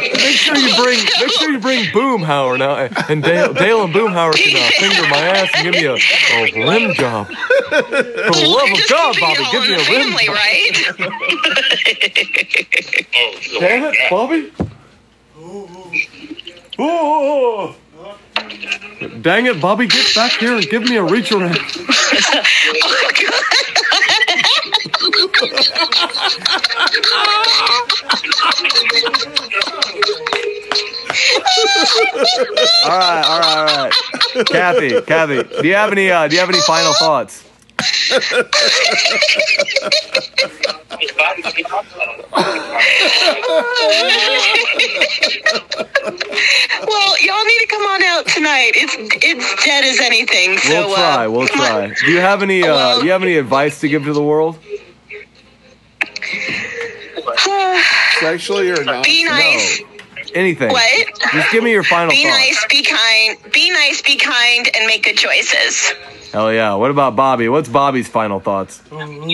make sure you bring, make sure you bring Boomhauer now, and- and Dale, Dale and Boomhauer can uh, finger my ass and give me a, a rim job. For the love of
Just
God,
keeping
Bobby,
y'all
give
in
me
the
a rim
family,
job.
right?
Damn it, Bobby. Dang it, Bobby, get back here and give me a reach around. all right, all right, all right. Kathy, Kathy, do you have any? Uh, do you have any final thoughts?
well, y'all need to come on out tonight. It's it's dead as anything. So
We'll try.
Uh,
We'll
come on.
try. Do you have any? Uh, do you have any advice to give to the world?
Sexually or not?
Be nice.
Anything?
What?
Just give me your final
Be
thoughts.
nice. Be kind. Be nice. Be kind, and make good choices.
Hell yeah. What about Bobby? What's Bobby's final thoughts?
Um,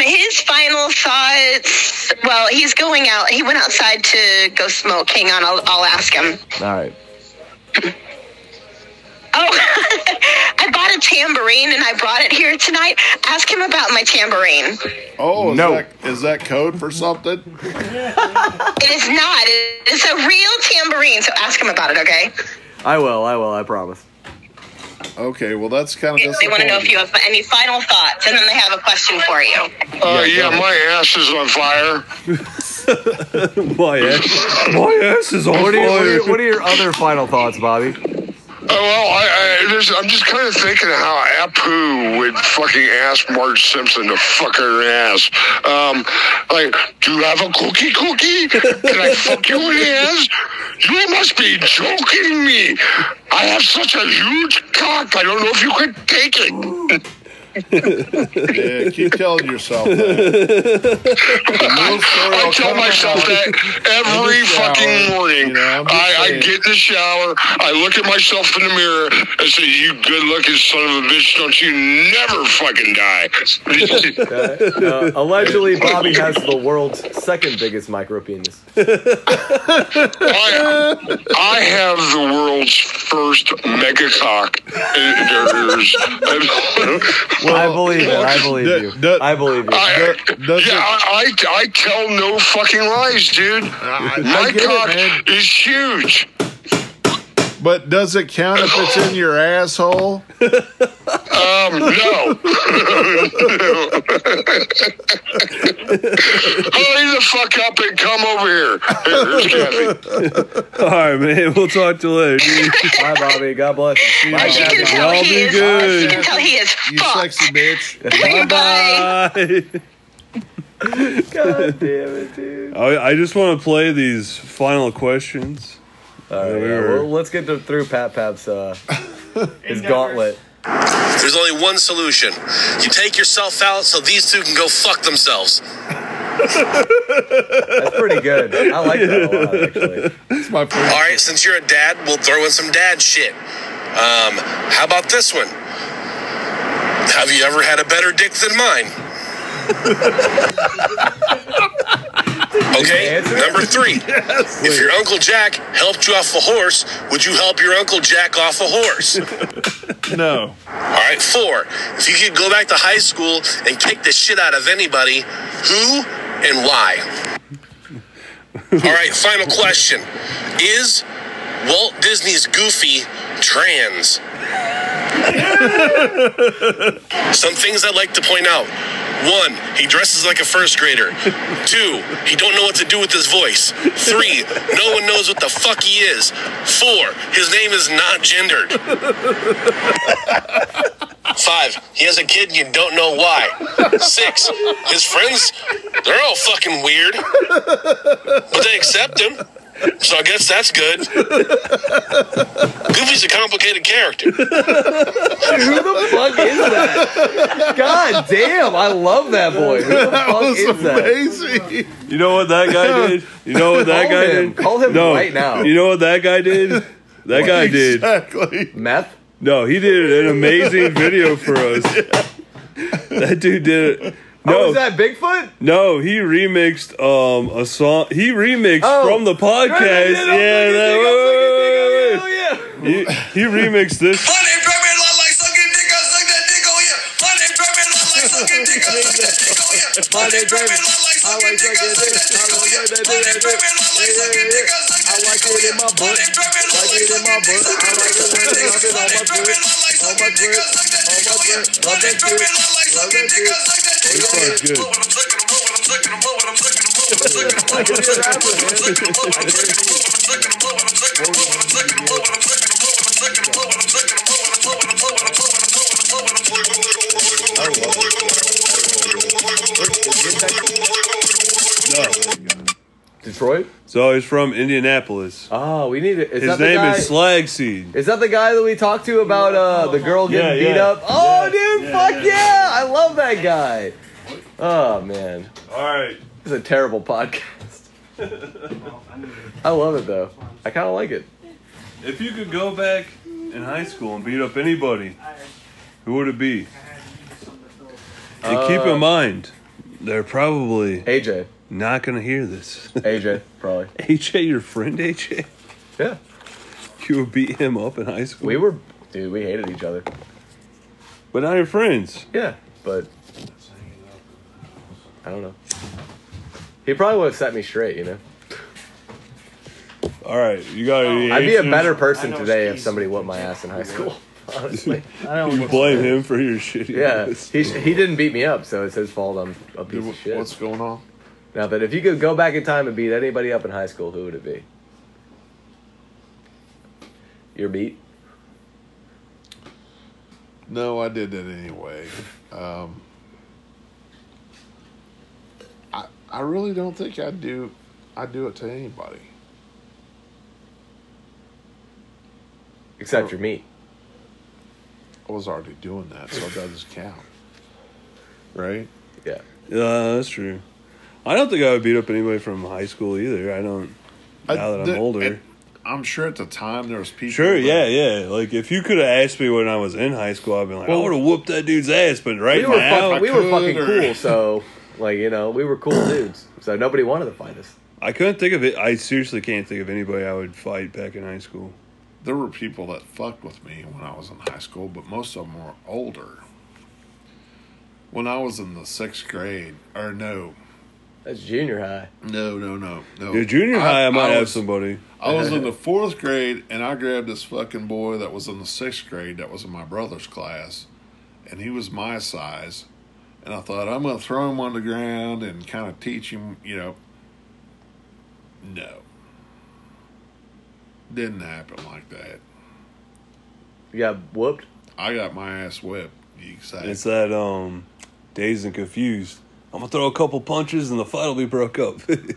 his final thoughts. Well, he's going out. He went outside to go smoke. Hang on, I'll, I'll ask him.
All right.
Oh, I bought a tambourine and I brought it here tonight. Ask him about my tambourine.
Oh, is
No.
That, is that code for something?
It is not. It's a real tambourine. So ask him about it, okay?
I will. I will. I promise.
Okay, well that's kind of.
They want to know if you have any final thoughts, and then they have a question for you.
Oh yeah, my ass is on fire.
My ass, my ass is on
What are, your, what, are
fire.
your, what are your other final thoughts, Bobby?
Oh, well, I, I just, I'm just kind of thinking how Apu would fucking ask Marge Simpson to fuck her ass. Um, like, do you have a cookie cookie? Can I fuck your ass? You must be joking me. I have such a huge cock. I don't know if you could take it.
Yeah, keep telling yourself. That. The real story
I
will
tell
come
myself
out.
that every
In the shower,
fucking morning.
you know, I'm just
I, I
saying.
get in the shower, I look at myself in the mirror, and say, "You good-looking son of a bitch! Don't you never fucking die."
Uh, allegedly, Bobby has the world's second biggest micro penis.
I, I have the world's first mega cock. And There's,
I believe it. I believe
that-
you.
that-
I believe you.
I,
does
yeah, I, I, I tell no fucking lies, dude.
I- I
My
get it,
cock
man.
is huge.
But does it count if it's in your asshole?
Um, no. Hurry the fuck up and come over here. Here, here's Kathy.
All right, man. We'll talk to you later. Dude.
Bye, Bobby. God bless. you. Bye,
But you
Oh,
Kathy.
can tell
y'all
he
do
is.
good.
You can tell he is
You
fucked.
sexy bitch.
Bye.
Bye.
God damn it, dude.
I, I just want to play these final questions.
All right, yeah, well, let's get to, through Pat Pap's uh, his gauntlet.
There's only one solution. You take yourself out so these two can go fuck themselves.
That's pretty good. I like that a lot, actually.
That's my favorite.
All right, since you're a dad, we'll throw in some dad shit. Um, how about this one? Have you ever had a better dick than mine? okay,
answer it?
number three. If your Uncle Jack helped you off a horse, would you help your Uncle Jack off a horse?
No.
All right, four. If you could go back to high school and kick the shit out of anybody, who and why? All right, final question. Is Walt Disney's Goofy trans? Some things I'd like to point out. One, he dresses like a first grader. Two, he don't know what to do with his voice. Three, no one knows what the fuck he is. Four, his name is not gendered. Five, he has a kid and you don't know why. Six, his friends, they're all fucking weird. But they accept him. So I guess that's good. Goofy's a complicated character.
Who the fuck is that? God damn, I love that boy. Who the
That
fuck
was
is that?
amazing.
You know what that guy did? You know what that
Call
guy
him.
did?
Call him
no.
right now.
You know what that guy did? That guy did.
Exactly.
Meth?
No, he did an amazing video for us. That dude did it.
Oh,
No,
is that Bigfoot?
no, he remixed um a song. He remixed
Oh.
from the podcast.
Right, I did. I was like,
yeah, that-
I was
he,
like, I was like, I was like, I was like,
he remixed this.
My name Batman, I like sucking dick, I suck that dick, oh yeah. My name Batman, I like sucking dick, I suck that dick, oh yeah.
Monday driven. I like sucking dick. I like sucking dick. Yeah, yeah, yeah. I like it in my butt. Like it in my butt. I like it when they rub it on my grip. On my grip. On my grip. Love that shit. Love that shit.
This part's good.
I can be a rapper, man.
No.
Detroit?
So he's from Indianapolis.
Oh, we need it. Is
His
that the
name
guy?
is Slag Seed.
Is that the guy that we talked to about uh, the girl
Yeah,
getting
yeah.
beat up? Oh,
Yeah.
dude,
Yeah,
fuck
yeah.
yeah. I love that guy. Oh man,
All right.
this is a terrible podcast. I love it though. I kind of like it.
If you could go back in high school and beat up anybody, who would it be? And keep
Uh,
in mind, they're probably
AJ,
not going to hear this.
AJ, probably.
AJ, your friend AJ,
Yeah,
you would beat him up in high school.
we were, dude. We hated each other.
but now you're friends.
Yeah, but I don't know. He probably would have set me straight, you know.
All right, you got any
I'd be a
answers?
better person
Oh. I know
today if
skis.
somebody whooped my ass in high school. Honestly,
I don't
You
know. What,
blame him for your shitty.
yeah,
ass.
he he didn't beat me up, so it's his fault. I'm a piece
Dude,
of shit.
what's going on?
Now, but if you could go back in time and beat anybody up in high school, who would it be? Your beat?
No, I did that anyway. Um, I I really don't think I do. I do it to anybody.
Except your meat.
I was already doing that, so it doesn't count. Right?
Yeah.
Yeah, that's true. I don't think I would beat up anybody from high school either. I don't. Now that I'm
the-
older.
it- I'm sure at the time there was people.
Sure,
that-
yeah, yeah. Like if you could have asked me when I was in high school, I'd been like, I
Well-
would have whooped that dude's ass. But right
We were,
now,
fuck, we were fucking
Cooler.
cool, so, like, you know, we were cool dudes. So nobody wanted to fight us.
I couldn't think of it. I seriously can't think of anybody I would fight back in high school.
There were people that fucked with me when I was in high school, but most of them were older. When I was in the sixth grade, or no,
That's junior high.
no, no, no, no.
Yeah, junior high, I might have
was-
somebody.
I was in the fourth grade, and I grabbed this fucking boy that was in the sixth grade that was in my brother's class, and he was my size, and I thought I'm gonna throw him on the ground and kind of teach him, you know. No. Didn't happen like that.
You got whooped?
I got my ass whipped. Exactly.
It's that um, dazed and confused. I'm gonna throw a couple punches and the fight will be broke up. and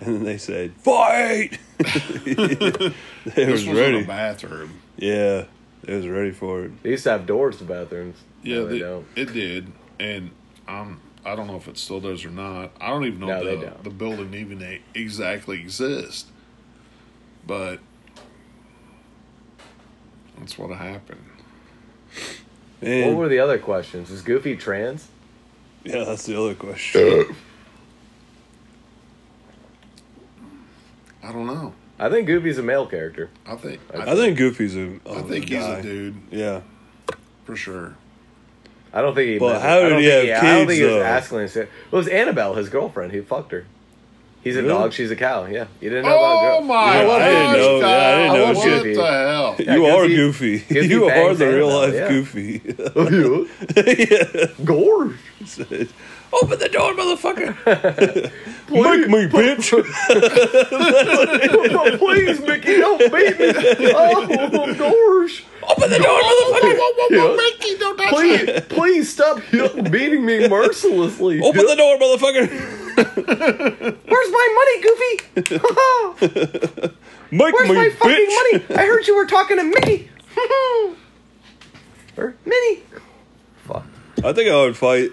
then they said, "Fight!" they
this
was,
was in
ready.
a bathroom.
Yeah, they was ready for it.
They used to have doors to bathrooms.
Yeah,
No, they,
they-
don't.
it did, and um, I don't know if it still does or not. I don't even know
No,
if
they
the,
don't.
the building even e- exactly exists, but that's what happened.
Man,
What were the other questions? Is Goofy trans? Uh.
yeah, that's the other question.
I don't know.
I think Goofy's a male character.
I think
I think Goofy's a. oh, a
I think he's
guy.
a dude
Yeah.
for sure.
I don't think he.
But
meant it.
how
I
did
don't
he
think
have
I don't
kids,
think he was
though?
asking. His, well, it was Annabelle, his girlfriend, who fucked her. He's a
Really?
dog. She's a cow. Yeah, you didn't know about
Oh
girl.
my!
Yeah, I didn't know- yeah, I didn't
gosh,
know
What
shit.
the hell?
you are
Goofy-
Goofy.
Goofy
you are
bangs
the real
Annabelle,
life
yeah.
Goofy.
you gorge.
Open the door, motherfucker. Make me, bitch.
Oh, please, Mickey, don't beat me. Oh gosh.
Open the
Oh,
door, motherfucker.
Mickey, don't touch please, me. Please stop beating me mercilessly.
Open the door, motherfucker.
Where's my money, Goofy?
Make
Where's
me,
my fucking
bitch.
money? I heard you were talking to Mickey. or Minnie. Fuck.
I think I would fight.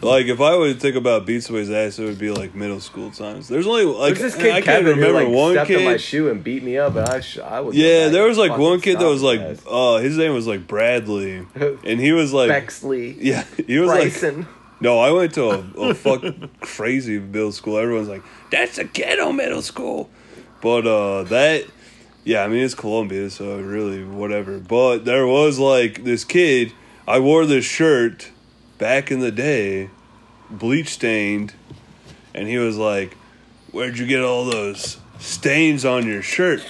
Like if I would think about beat somebody's ass, it would be like middle school times. There's only like
There's this
I
kid
can't
Kevin
remember
who like
one
stepped on my
kid.
shoe and beat me up, and I sh- I was
yeah, there was like one kid that was like, uh, his name was like Bradley, and he was like,
Bexley,
yeah, he was like,
Bryson.
No, I went to a, a fuck crazy middle school. Everyone's like, "That's a ghetto middle school," but uh, that, yeah, I mean it's Columbia, so really whatever. But there was like this kid. I wore this shirt back in the day bleach stained, and he was like, "Where'd you get all those stains on your shirt?"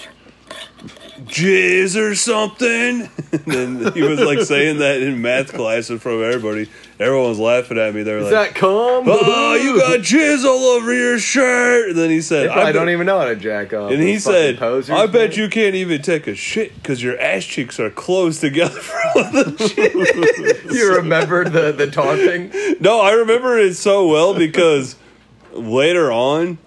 Jizz or something. and then he was like saying that in math class in front of everybody. Everyone was laughing at me. They were
Is
like,
that cum?
"Oh, you got jizz all over your shirt." And then he said,
I
bet-
don't even know how to jack off.
and he
Those uh, fucking
said,
posers,
"I
man."
bet you can't even take a shit because your ass cheeks are closed together." For all the
you remember the the taunting."
shit." no, I remember it so well because later on,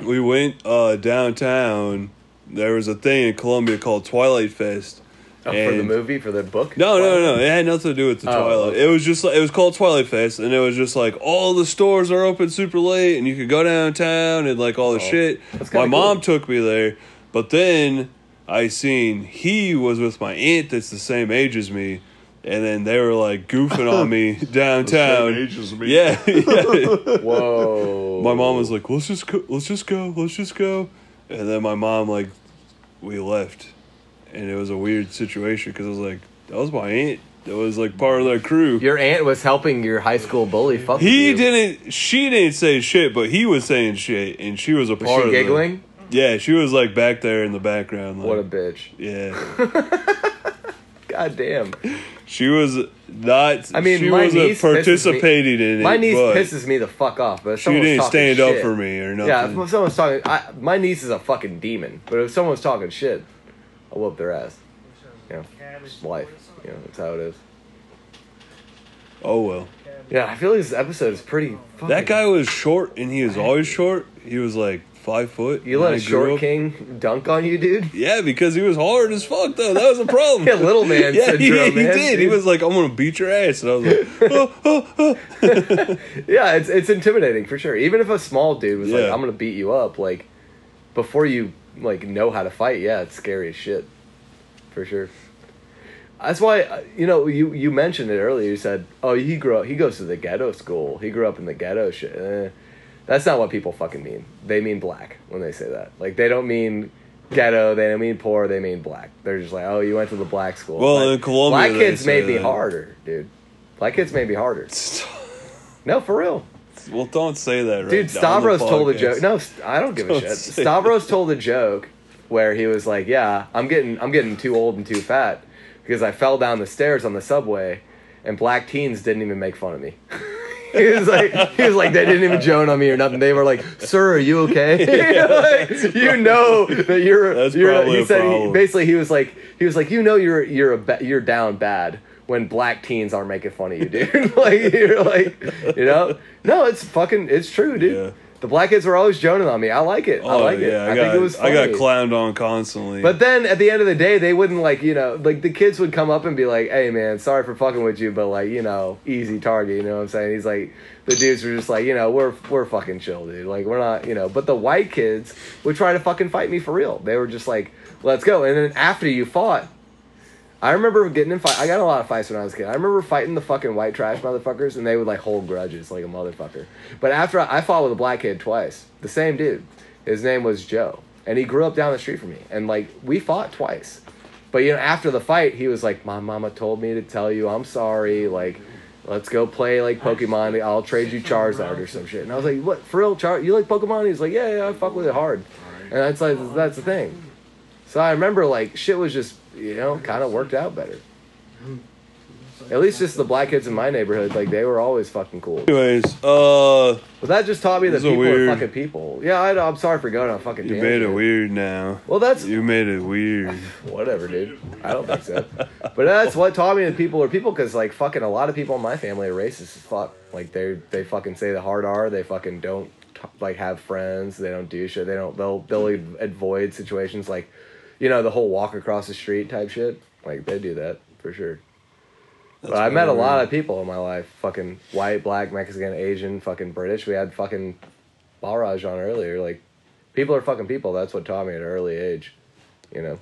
we went uh, downtown. There was a thing in Columbia called Twilight Fest.
Oh, for the
and-
movie, for the book?
No, no, no. It had nothing to do with the
Oh.
Twilight. It was just like, it was called Twilight Fest, and it was just like all the stores are open super late, and you could go downtown and like all the shit.
Oh, That's
My
kinda
mom
cool.
took me there, but then I seen he was with my aunt that's the same age as me, and then they were like goofing on me downtown.
age as me.
Yeah, yeah.
Whoa.
My mom was like, "Let's just go. Let's just go. Let's just go." And then my mom like, we left, and it was a weird situation because I was like, "That was my aunt. That was like part of their crew."
Your aunt was helping your high school bully fuck
He
you.
didn't. She didn't say shit, but he was saying shit, and she was a
Was
part
she
of it.
giggling?
Yeah, she was like back there in the background. Like,
What a bitch.
yeah,
God damn.
she was not.
I mean,
she
my
wasn't
niece pisses me-
participating in it.
My niece
but
pisses me the fuck off, but if
She
someone was
didn't
talking
stand
shit,
up for me or nothing.
Yeah, if someone's talking, I, my niece is a fucking demon. But if someone's talking shit, I'll whoop their ass. You know, it's life. You know, that's how it is.
oh well.
Yeah, I feel like this episode is pretty. Fucking,
That guy was short, and he was always short. He was like five foot.
You
when
let
I
a
grew
short
up.
king dunk on you, dude.
Yeah, because he was hard as fuck though. That was a problem.
Yeah, little man
yeah, he,
syndrome.
he
man,
did. He
dude.
was like, "I'm gonna beat your ass," and I was like, "Oh, oh, oh."
Yeah, it's it's intimidating for sure. Even if a small dude was like,
Yeah.
"I'm gonna beat you up," like before you like know how to fight, yeah, it's scary as shit, for sure. That's why uh, you know you you mentioned it earlier. You said, "Oh, he grew up. He goes to the ghetto school. He grew up in the ghetto." Shit, eh. that's not what people fucking mean. They mean black when they say that. Like they don't mean ghetto. They don't mean poor. They mean black. They're just like, "Oh, you went to the black school."
Well,
Like,
in Colombia,
black
they
kids
say
made me
that.
harder, dude. Black kids made me harder. No, for real.
well, don't say that, right?
Dude,
now on the
Stavros told a
podcast.
joke. No, st- I don't give a
Don't
shit.
say
Stavros told a joke where he was like, "Yeah, I'm getting I'm getting too old and too fat because I fell down the stairs on the subway and black teens didn't even make fun of me." he was like he was like they didn't even joan on me or nothing. They were like, "Sir, are you okay?" Like, you know that you're
That's
you're
probably
he
a
said he-
problem.
basically he was like he was like, "You know you're you're a ba- you're down bad." When black teens aren't making fun of you, dude. like you're like, you know, no, it's fucking, it's true, dude.
Yeah.
The black kids were always joning on me. I like it. I like it. I,
got,
think it was funny.
Oh, I got clowned on constantly.
but then at the end of the day, they wouldn't like you know like the kids would come up and be like, "Hey man, sorry for fucking with you, but like you know, easy target." You know what I'm saying? He's like, the dudes were just like, you know, we're we're fucking chill, dude. Like we're not you know. But the white kids would try to fucking fight me for real. They were just like, "Let's go." And then after you fought, I remember getting in fight. I got in a lot of fights when I was a kid. I remember fighting the fucking white trash motherfuckers, and they would like hold grudges like a motherfucker. But after I, I fought with a black kid twice, the same dude. His name was Joe, and he grew up down the street from me. And like we fought twice, but you know after the fight, he was like, "My mama told me to tell you I'm sorry." Like, let's go play like Pokemon. I'll trade you Charizard or some shit. And I was like, "What for real? Char? You like Pokemon?" He's like, "Yeah, yeah, I fuck with it hard." And that's like that's the thing. So I remember like shit was just you know kind of worked out better. At least just the black kids in my neighborhood, like they were always fucking cool.
anyways, uh,
But that just taught me that
This is a
people
weird-
are fucking people. Yeah, I know, I'm sorry for going on a fucking.
you
tangent.
made it weird now.
Well, that's
You made it weird.
whatever, dude. I don't think so. But that's what taught me that people are people because like fucking a lot of people in my family are racist as fuck. Like they they fucking say the hard R. They fucking don't t- like have friends. They don't do shit. They don't they'll they'll ev- avoid situations like, you know, the whole walk across the street type shit. Like they do that for sure. But I met a lot of people in my life. Fucking white, black, Mexican, Asian, fucking British. We had fucking Balraj on earlier. Like people are fucking people. That's what taught me at an early age. You know.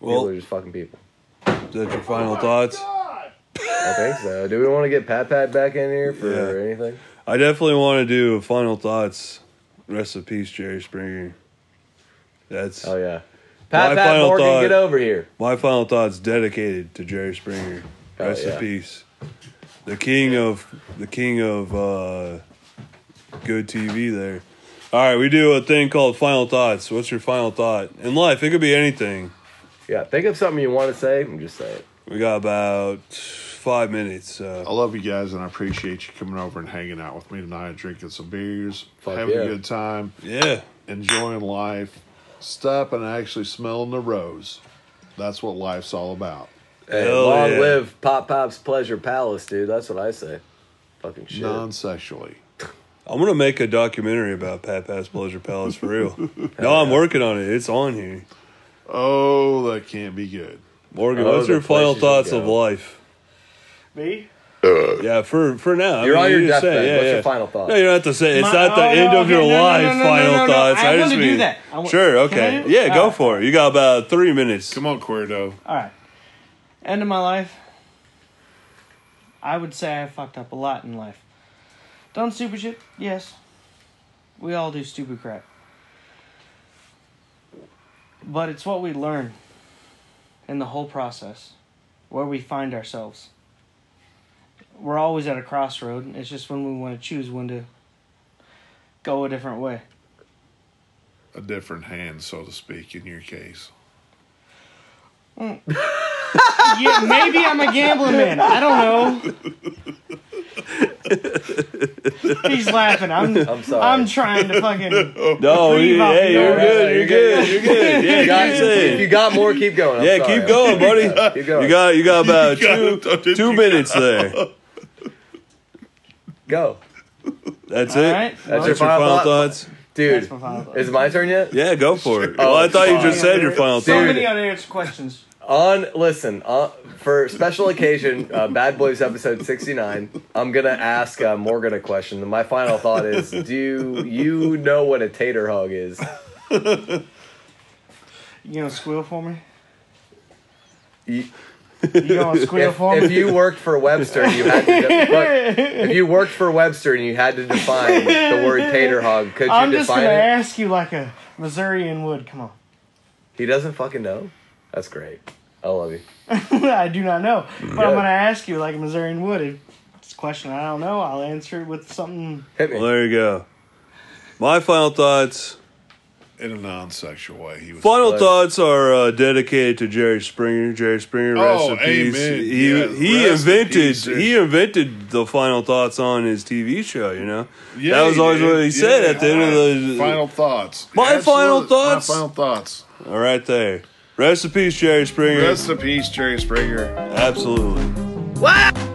People are
Well,
just fucking people.
is that your final thoughts?
I think so. Do we want to get Pat Pat back in here for
Yeah.
anything?
I definitely want to do a final thoughts. Rest in peace, Jerry Springer. That's
Oh yeah. Pat
My
Pat
final
Morgan,
thought-
get over here.
my final thoughts dedicated to Jerry Springer.
Oh,
Rest
yeah.
in peace. The king of the king of uh, good TV there. All right, we do a thing called final thoughts. What's your final thought in life? It could be anything.
Yeah, think of something you want to say and just say it.
We got about five minutes. So.
I love you guys, and I appreciate you coming over and hanging out with me tonight, drinking some beers,
Fuck
having
yeah.
a good time,
Yeah,
enjoying life, stopping and actually smelling the rose. That's what life's all about.
Hey,
Hell
long
yeah.
live Pop Pop's Pleasure Palace, dude. That's what I say. Fucking shit.
Non sexually.
I'm gonna make a documentary about Pat Pat's Pleasure Palace for real. no, I'm working on it. It's on here.
Oh, that can't be good.
Morgan,
Oh,
what's
the
your final
places you
thoughts of
go.
life? Uh,
Me?
Yeah, for for now.
You're
I mean,
on
you
your
just say,
deathbed.
yeah,
What's
yeah.
your final thought?
No, you don't have to say. It's
My-
not the
oh,
end
no,
of
okay,
your
no, no,
life.
no, no,
final
no, no, no.
thoughts.
I
just
wanna do
mean,
that. I wa-
sure.
Can I Ah.
Okay.
do it?
Yeah, go
Alright.
for it. You got about three minutes.
Come on, Cuerdo.
All right. End of my life. I would say I fucked up a lot in life. Done stupid shit? Yes. We all do stupid crap. But it's what we learn in the whole process, where we find ourselves. We're always at a crossroad. It's just when we want to choose when to go a different way.
A different hand, so to speak, in your case.
Yeah, maybe I'm a gambling man. I don't know. He's laughing. I'm, I'm
sorry.
trying to fucking.
No,
Three
you-
off
hey,
the
you're
yard.
good. You're good. You're good. Yeah,
You got,
keep
if you
saying.
got more, keep going. I'm
Yeah,
sorry.
keep going, buddy.
Keep going.
You got you got about
You got-
two two minutes there.
Go.
That's
All
it.
right.
That's
Well,
That's
your
your final
final thought?
thoughts.
Dude,
that's my final thought.
is it my turn yet?
Yeah, go for it.
Oh,
well, I thought you
fuck.
just said your final
so
thought.
Dude.
many unanswered questions.
On listen uh, for special occasion, uh, Bad Boys episode sixty nine. I'm gonna ask uh, Morgan a question. My final thought is: Do you know what a tater hog is?
You gonna squeal for me?
You-
You gonna squeal
If,
for me?
if you worked for Webster, and you had to de- but if you worked for Webster and you had to define the word tater hog. Could you
I'm just
define
gonna
it?
ask you like a Missourian would. Come on.
He doesn't fucking know. That's great. I love you.
I do not know, but I'm
Yeah.
gonna ask you like a Missourian would. If it's a question I don't know, I'll answer it with something.
Hit
Well,
me.
there you go. My final thoughts.
In a non sexual way. He was
Final
Bless.
thoughts are uh, dedicated to Jerry Springer. Jerry Springer, rest
Oh,
in peace.
amen.
He
Yeah,
he
rest in
invented
peace, Jerry.
he invented the final thoughts on his TV show. You know
Yeah,
that was
he
always
did.
what he said
Yeah.
at the end of the
Final thoughts.
My final thoughts?
My final thoughts.
All right, there. Rest in peace, Jerry Springer.
Rest in peace, Jerry Springer.
Absolutely.
What?